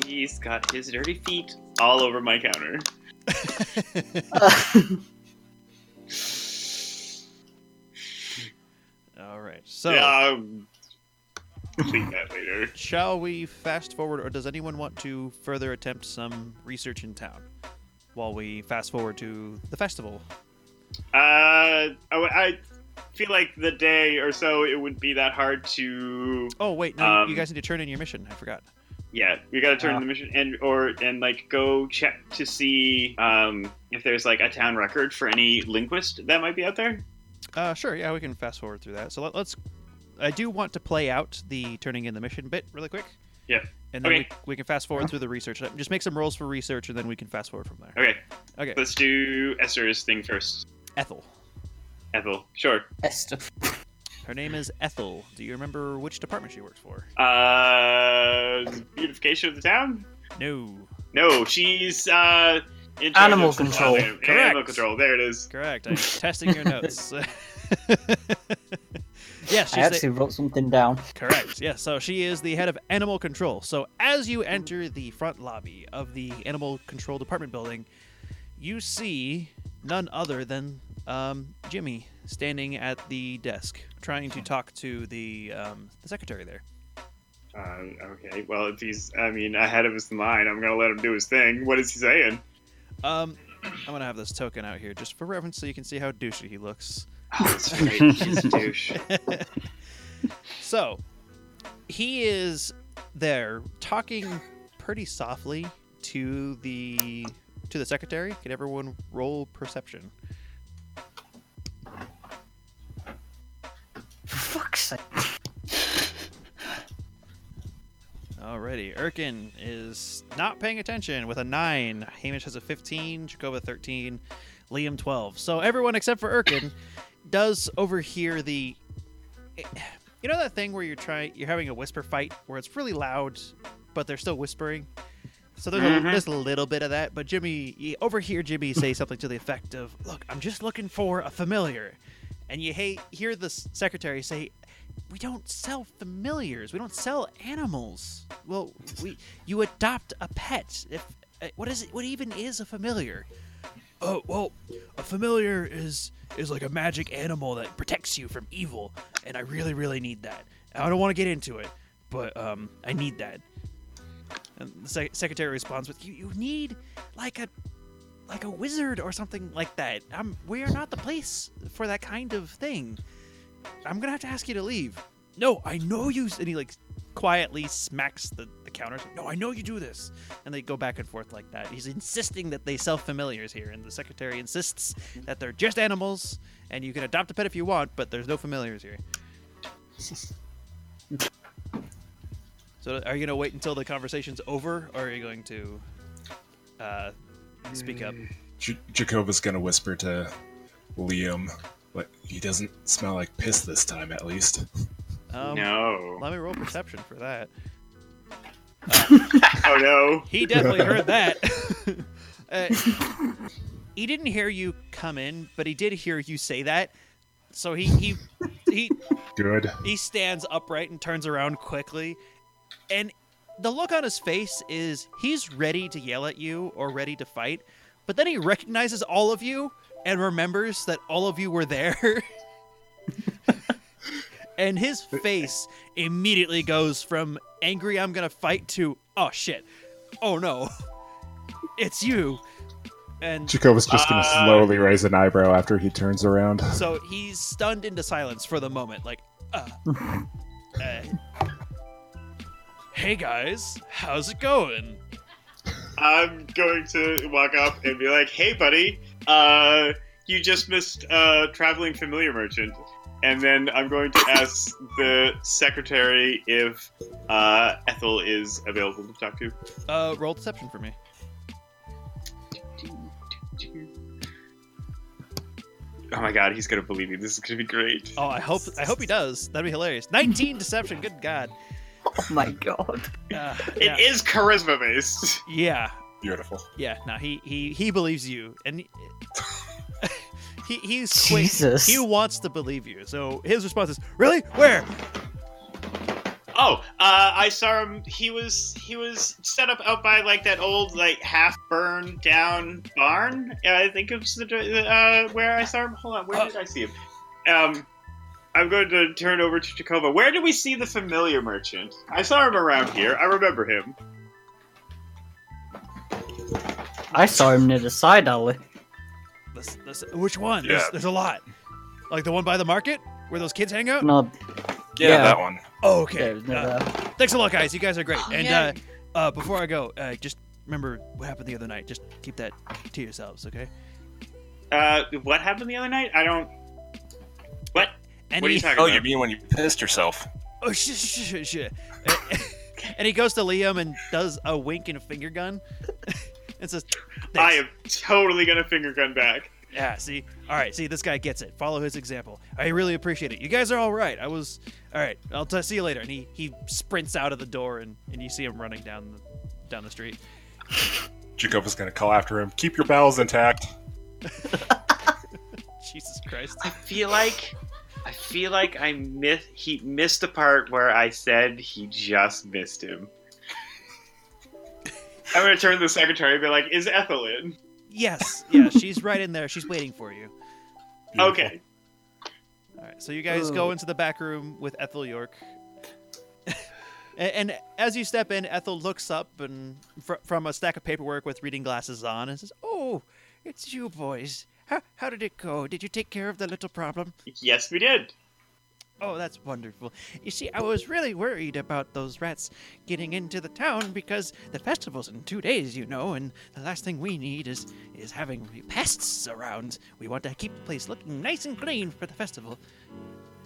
He's got his dirty feet all over my counter.
All right. So.
yeah, um, clean that later.
Shall we fast forward, or does anyone want to further attempt some research in town while we fast forward to the festival?
Uh, I, I feel like the day or so it wouldn't be that hard to.
Oh, wait, no,
Um,
you guys need to turn in your mission. I forgot.
Yeah, we gotta turn
Ah.
the mission and or and like go check to see um if there's like a town record for any linguist that might be out there.
Uh, sure, yeah, we can fast forward through that. So let, us I do want to play out the turning in the mission bit really quick.
Yeah.
And then
Okay.
we, we can fast forward through the research. Just make some rolls for research, and then we can fast forward from there.
Okay,
Okay.
let's do Esther's thing first.
Ethel.
Ethel, sure.
Esther.
Her name is Ethel. Do you remember which department she works for?
Uh, beautification of the town?
No.
No, she's uh, in charge
Animal
of-
control.
Animal
Correct.
control. There it is.
Correct. I'm [laughs] testing your notes. [laughs] yes, she's
I
the-
actually wrote something down.
Correct. Yes. So she is the head of animal control. So as you enter the front lobby of the animal control department building, you see none other than um, Jimmy standing at the desk trying to talk to the um, the secretary there.
Um, okay, well, if he's, I mean, ahead of his line, I'm gonna let him do his thing. What is he saying?
Um, I'm gonna have this token out here just for reference, so you can see how douchey he looks.
Oh, that's right. He's a douche.
[laughs] So he is there talking pretty softly to the to the secretary. Can everyone roll perception?
For fuck's sake.
Alrighty, Erkin is not paying attention with a nine. Hamish has a fifteen, Jacoba thirteen, Liam twelve. So everyone except for Erkin does overhear the. You know that thing where you're trying, you're having a whisper fight where it's really loud, but they're still whispering. So there's, a,
Mhm.
there's a little bit of that, but Jimmy, you overhear Jimmy say something to the effect of, "Look, I'm just looking for a familiar," and you hate, hear the s- secretary say, we don't sell familiars. We don't sell animals. Well, we you adopt a pet. If uh, what is it? What even is a familiar? Oh well, a a familiar is is like a magic animal that protects you from evil, and I really, really need that. I don't want to get into it, but um, I need that. And the sec- secretary responds with, "You you need like a like a wizard or something like that. I'm we are not the place for that kind of thing. I'm gonna have to ask you to leave." No, I know you. s-" And he like quietly smacks the, the counters. No, I know you do this. And they go back and forth like that. He's insisting that they sell familiars here, and the secretary insists that they're just animals, and you can adopt a pet if you want, but there's no familiars here. so, are you going to wait until the conversation's over, or are you going to uh, speak up?
J- Jacoba's gonna whisper to Liam, but he doesn't smell like piss this time, at least.
Um,
no.
Let me roll perception for that.
Oh no.
He definitely heard that. [laughs] uh, he didn't hear you come in, but he did hear you say that. So he he he
Good.
he stands upright and turns around quickly, and the look on his face is he's ready to yell at you or ready to fight, but then he recognizes all of you and remembers that all of you were there. [laughs] and his face immediately goes from angry I'm going to fight to oh shit. Oh no. It's you. And
Jacoba's just gonna
Uh,
slowly raise an eyebrow after he turns around.
so he's stunned into silence for the moment, like, uh, uh, Hey guys, how's it going?
I'm going to walk up and be like, "Hey, buddy, uh, you just missed uh, traveling familiar merchant." And then I'm going to ask the secretary if uh, Ethel is available to talk to.
Uh, roll deception for me.
Oh my god, he's gonna believe me. This is gonna be great.
Oh, I hope I hope he does. That'd be hilarious. 19 deception. Good God.
Oh my god.
Uh, yeah.
It is charisma [laughs] based.
yeah,
Beautiful.
yeah. No, he he he [laughs] believes you, and he he's quick.
Jesus.
He wants to believe you. So his response is, "Really? Where?
Oh, uh, I saw him. He was he was set up out by like that old like half burned down barn. Uh, I think it was the uh, where I saw him. Hold on, where
Uh,
Oh.
did I see him? Um, I'm going to turn over to Jacoba. Where did we see the familiar merchant? I saw him around here. I remember him.
I saw him near the side alley.
This, this, which one? There's,
Yeah.
there's a lot. Like the one by the market where those kids hang out.
uh,
No,
Yeah,
Yeah.
that one.
Oh,
there
okay.
was no
Uh,
there.
thanks a lot, guys. You guys are great.
Oh,
and
yeah.
uh, uh, before I go, uh, just remember what happened the other night. Just keep that to yourselves, okay?
Uh, what happened the other night? I don't. What?
And
what are
he-
you talking
Oh,
about?
you mean when you pissed yourself?
[laughs] Oh shit, shit, shit, shit. [laughs] and he goes to Liam and does a wink and a finger gun. [laughs] and says, "Thanks."
I am totally gonna finger gun back.
Yeah, see? All right, see, this guy gets it. Follow his example. I really appreciate it. You guys are all right. I was. All right, I'll t- see you later. And he, he sprints out of the door, and, and you see him running down the, down the street. [laughs]
Jacoba's gonna call after him. Keep your bowels intact.
Jesus Christ.
I
feel like I feel like I miss he missed the part where I said he just missed him. I'm gonna turn to the secretary and be like, "Is Ethel in?"
Yes, yeah, she's right in there. She's waiting for you.
Beautiful.
Okay.
All right, so you guys go
Ooh.
into the back room with Ethel York. and, and as you step in, Ethel looks up and fr- from a stack of paperwork with reading glasses on and says, "Oh, it's you boys. How how did it go? Did you take care of the little problem?"
Yes, we did.
Oh, that's wonderful. You see, I was really worried about those rats getting into the town because the festival's in two days, you know, and the last thing we need is is having pests around. We want to keep the place looking nice and clean for the festival.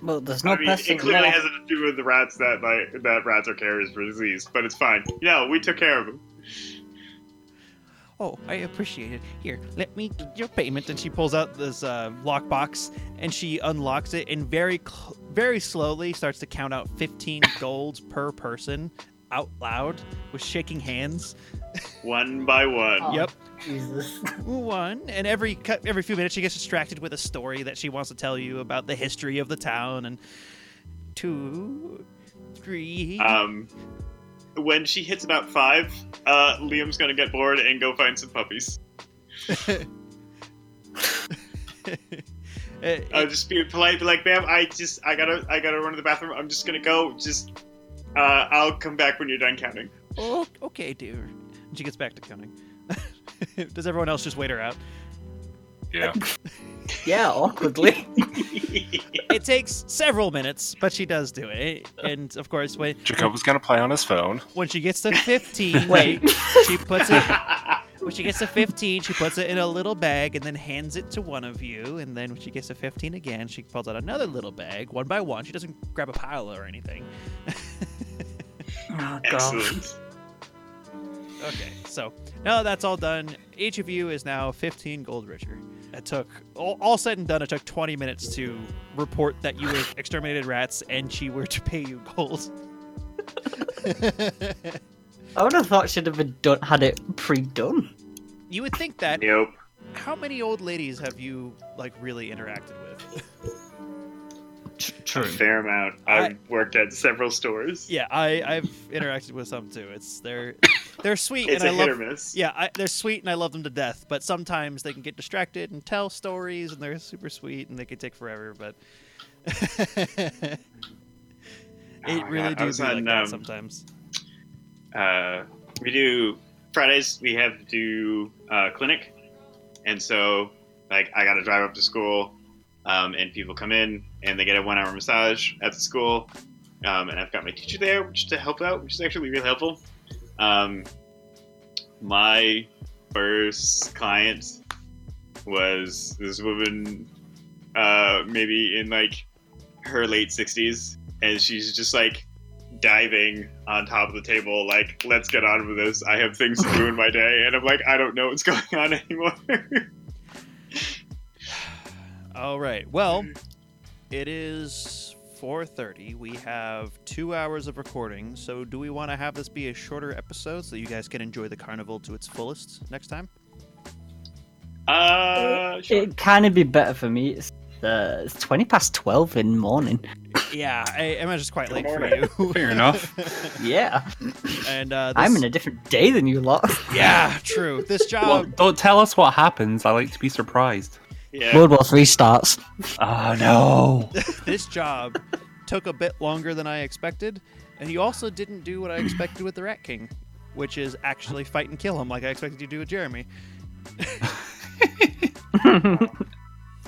Well, there's no
I mean,
pest
it
in there.
clearly has to do with the rats that like that rats are carriers for disease, but it's fine. No, we took care of them.
Oh, I appreciate it. Here, let me get your payment. And she pulls out this uh, lockbox and she unlocks it and very, cl- very slowly starts to count out 15 golds per person out loud with shaking hands.
One by one.
Oh.
Yep.
Jesus.
One. And every cu- every few minutes she gets distracted with a story that she wants to tell you about the history of the town. And two, three. [laughs]
Um, when she hits about five, uh, Liam's gonna get bored and go find some puppies.
It-
I'll just be polite, be like, ma'am, I just, I gotta, I gotta run to the bathroom. I'm just gonna go. Just, uh, I'll come back when you're done counting.
Oh, okay, dear. And she gets back to counting. [laughs] Does everyone else just wait her out?
Yeah.
Yeah, awkwardly.
It takes several minutes, but she does do it. And of course, when
Jacob's gonna play on his phone.
when she gets to 15,
Wait.
she, she puts it when she gets to 15, she puts it in a little bag and then hands it to one of you. And then when she gets to 15 again, she pulls out another little bag one by one. She doesn't grab a pile or anything.
[laughs] Oh, God.
Excellent.
Okay, so now that that's all done, each of you is now 15 gold richer. It took, all, all said and done, it took 20 minutes to report that you have exterminated rats and she were to pay you [laughs] gold.
I would have thought she'd have been done, had it pre-done.
You would think that.
Nope.
How many old ladies have you, like, really interacted with? [laughs]
A fair amount. I've worked at several stores.
Yeah, I, I've interacted with some too. It's they're they're sweet
It's
and I
a hit
love
or miss.
Yeah, I, they're sweet and I love them to death, but sometimes they can get distracted and tell stories and they're super sweet and they can take forever, but [laughs] it
Oh my
really
God, I
does
was
do be like
on,
that
um,
sometimes.
uh, we do Fridays. We have to do uh, clinic, and so like I got to drive up to school, um, and people come in and they get a one-hour massage at the school, um, and I've got my teacher there, which to help out, which is actually really helpful. Um, my first client was this woman, uh, maybe in like her late sixties, and she's just like diving on top of the table, like, let's get on with this. I have things to do in my day. And I'm like, I don't know what's [laughs] going on anymore.
All right. Well, it is 4:30. We have 2 hours of recording. So do we want to have this be a shorter episode so you guys can enjoy the carnival to its fullest next time?
uh, sure.
It'd kind of be better for me. It's, uh, it's 20 past 12 in the [laughs] morning.
Yeah, I imagine it's quite late for
morning.
you. [laughs]
Fair enough.
Yeah.
and uh, this,
I'm in a different day than
[laughs]
you lot. [laughs]
Yeah, true. This
well,
job
[laughs] don't tell us what happens. I like to be surprised.
Yeah.
World War 3 starts.
Oh no!
this job took a bit longer than I expected, and you also didn't do what I expected with the Rat King, which is actually fight and kill him like I expected you to do with Jeremy.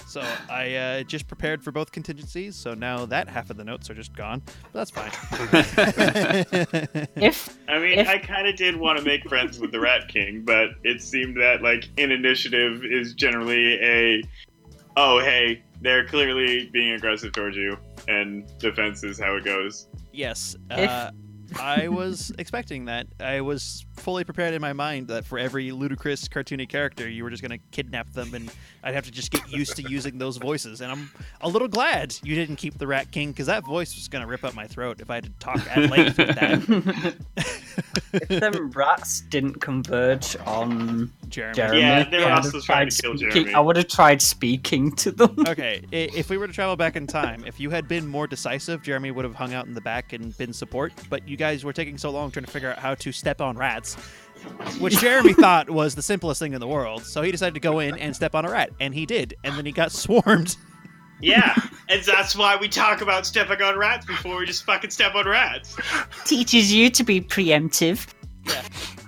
So I uh, just prepared for both contingencies, so now that half of the notes are just gone, but that's fine. [laughs]
if
I mean,
If-
I kind of did want to make friends with the Rat King, but it seemed that, like, an initiative is generally a, oh, hey, they're clearly being aggressive towards you, and defense is how it goes.
yes,
If-
uh, I was [laughs] expecting that. I was fully prepared in my mind that for every ludicrous cartoony character, you were just going to kidnap them, and I'd have to just get used to using those voices. And I'm a little glad you didn't keep the Rat King, because that voice was going to rip up my throat if I had to talk at length with that.
if them rats didn't converge on
Jeremy.
Jeremy,
Yeah, they were
I would
also
have
trying to
tried
kill
speaking-
Jeremy.
I would have tried speaking to them. [laughs]
Okay, i- if we were to travel back in time, if you had been more decisive, Jeremy would have hung out in the back and been support. But you guys were taking so long trying to figure out how to step on rats, which Jeremy thought was the simplest thing in the world. So he decided to go in and step on a rat, and he did. And then he got swarmed.
Yeah, and that's why we talk about stepping on rats before we just fucking step on rats.
Teaches you to be preemptive.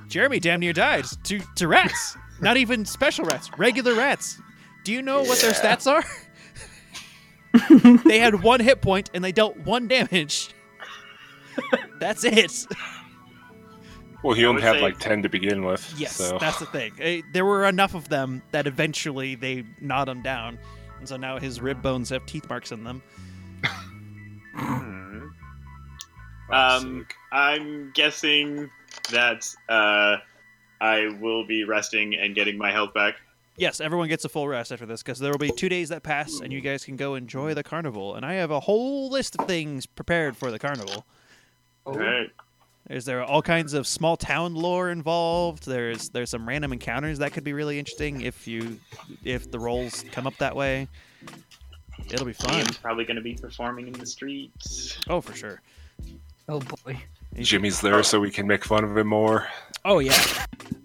Jeremy damn near died to to rats. Not even special rats, regular rats. Do you know what their stats are? they had one hit point and they dealt one damage. That's it.
[laughs] Well, he only
would
had
say-
like ten to begin with.
Yes,
So.
that's the thing. Eh, There were enough of them that eventually they gnawed him down, and so now his rib bones have teeth marks in them.
Um, I'm guessing that uh, I will be resting and getting my health back.
Yes, everyone gets a full rest after this because there will be two days that pass, and you guys can go enjoy the carnival. And I have a whole list of things prepared for the carnival.
Oh,
Alright.
There's there are all kinds of small town lore involved. There's there's some random encounters that could be really interesting if you if the rolls come up that way. It'll be fun.
I'm probably going to be performing in the streets.
Oh, for sure.
Oh boy.
Jimmy's there so we can make fun of him more.
Oh yeah,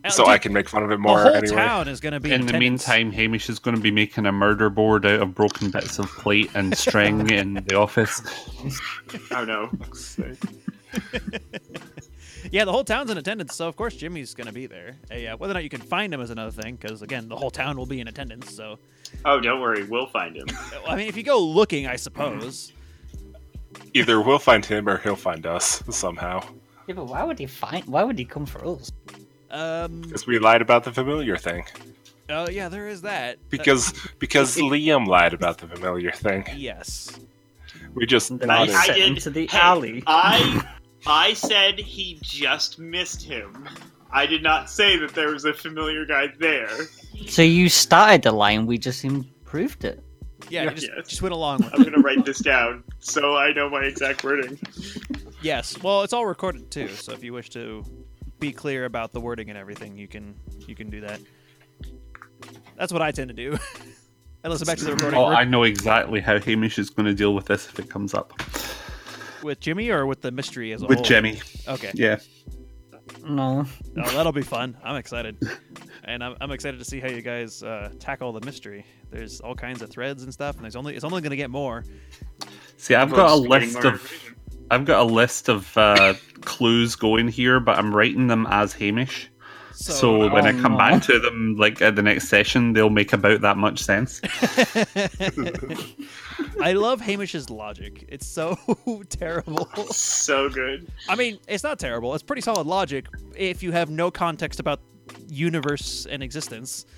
so I can make fun of it more
the whole
anyway.
town is going to be
In the
attendance.
meantime, Hamish is going to be making a murder board out of broken bits of plate and [laughs] string in the office.
Oh no.
yeah, the whole town's in attendance, so of course Jimmy's going to be there. Uh, yeah, whether or not you can find him is another thing, because again, the whole town will be in attendance. So,
Oh, don't worry. We'll find him.
Uh, I mean, if you go looking, I suppose.
Either we'll find him or he'll find us somehow.
Yeah, but why would he find? Why would he come for us?
Um,
Because we lied about the familiar thing.
oh yeah, there is that. Uh,
Because because Liam lied about the familiar thing.
yes,
We just
And then
nodded.
I
I
sent
did-
him to the
hey,
alley. [laughs]
I I said he just missed him. I did not say that there was a familiar guy there.
So you started the line. We just improved it.
yeah, you
Yeah.
just,
Yes.
just went along with
I'm gonna write this down so I know my exact
[laughs]
wording.
it. Yes, well, it's all recorded too, so if you wish to be clear about the wording and everything, you can you can do that. That's what I tend to do. [laughs] I listen back to the recording
Oh,
re-
I know exactly how Hamish is going to deal with this if it comes up.
with Jimmy or with the mystery as a
With
whole.
Jimmy.
Okay,
Yeah.
No,
oh, that'll be fun. I'm excited, and I'm, I'm excited to see how you guys uh, tackle the mystery. There's all kinds of threads and stuff, and there's only it's only going to get more.
See, I've got a
Just getting
list
more
of
information.
I've got a list of uh, clues going here, but I'm writing them as Hamish. So, when I
Oh,
come
no.
back to them, like at the next session, they'll make about that much sense.
[laughs] I love Hamish's logic. It's so [laughs] terrible.
so good.
I mean, it's not terrible. It's pretty solid logic if you have no context about universe and existence. [laughs]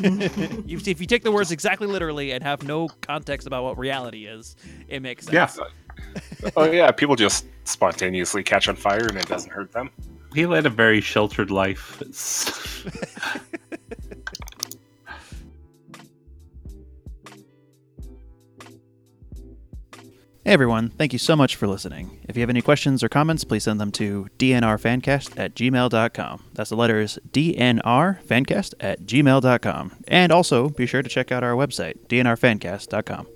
You- if you take the words exactly literally and have no context about what reality is, it makes sense.
Yeah.
[laughs] oh yeah, people just spontaneously catch on fire and it doesn't hurt them.
He led a very sheltered life. It's-
Hey everyone, thank you so much for listening. If you have any questions or comments, please send them to dnrfancast at gmail.com. That's the letters dnrfancast at gmail.com. And also, be sure to check out our website, dnrfancast.com.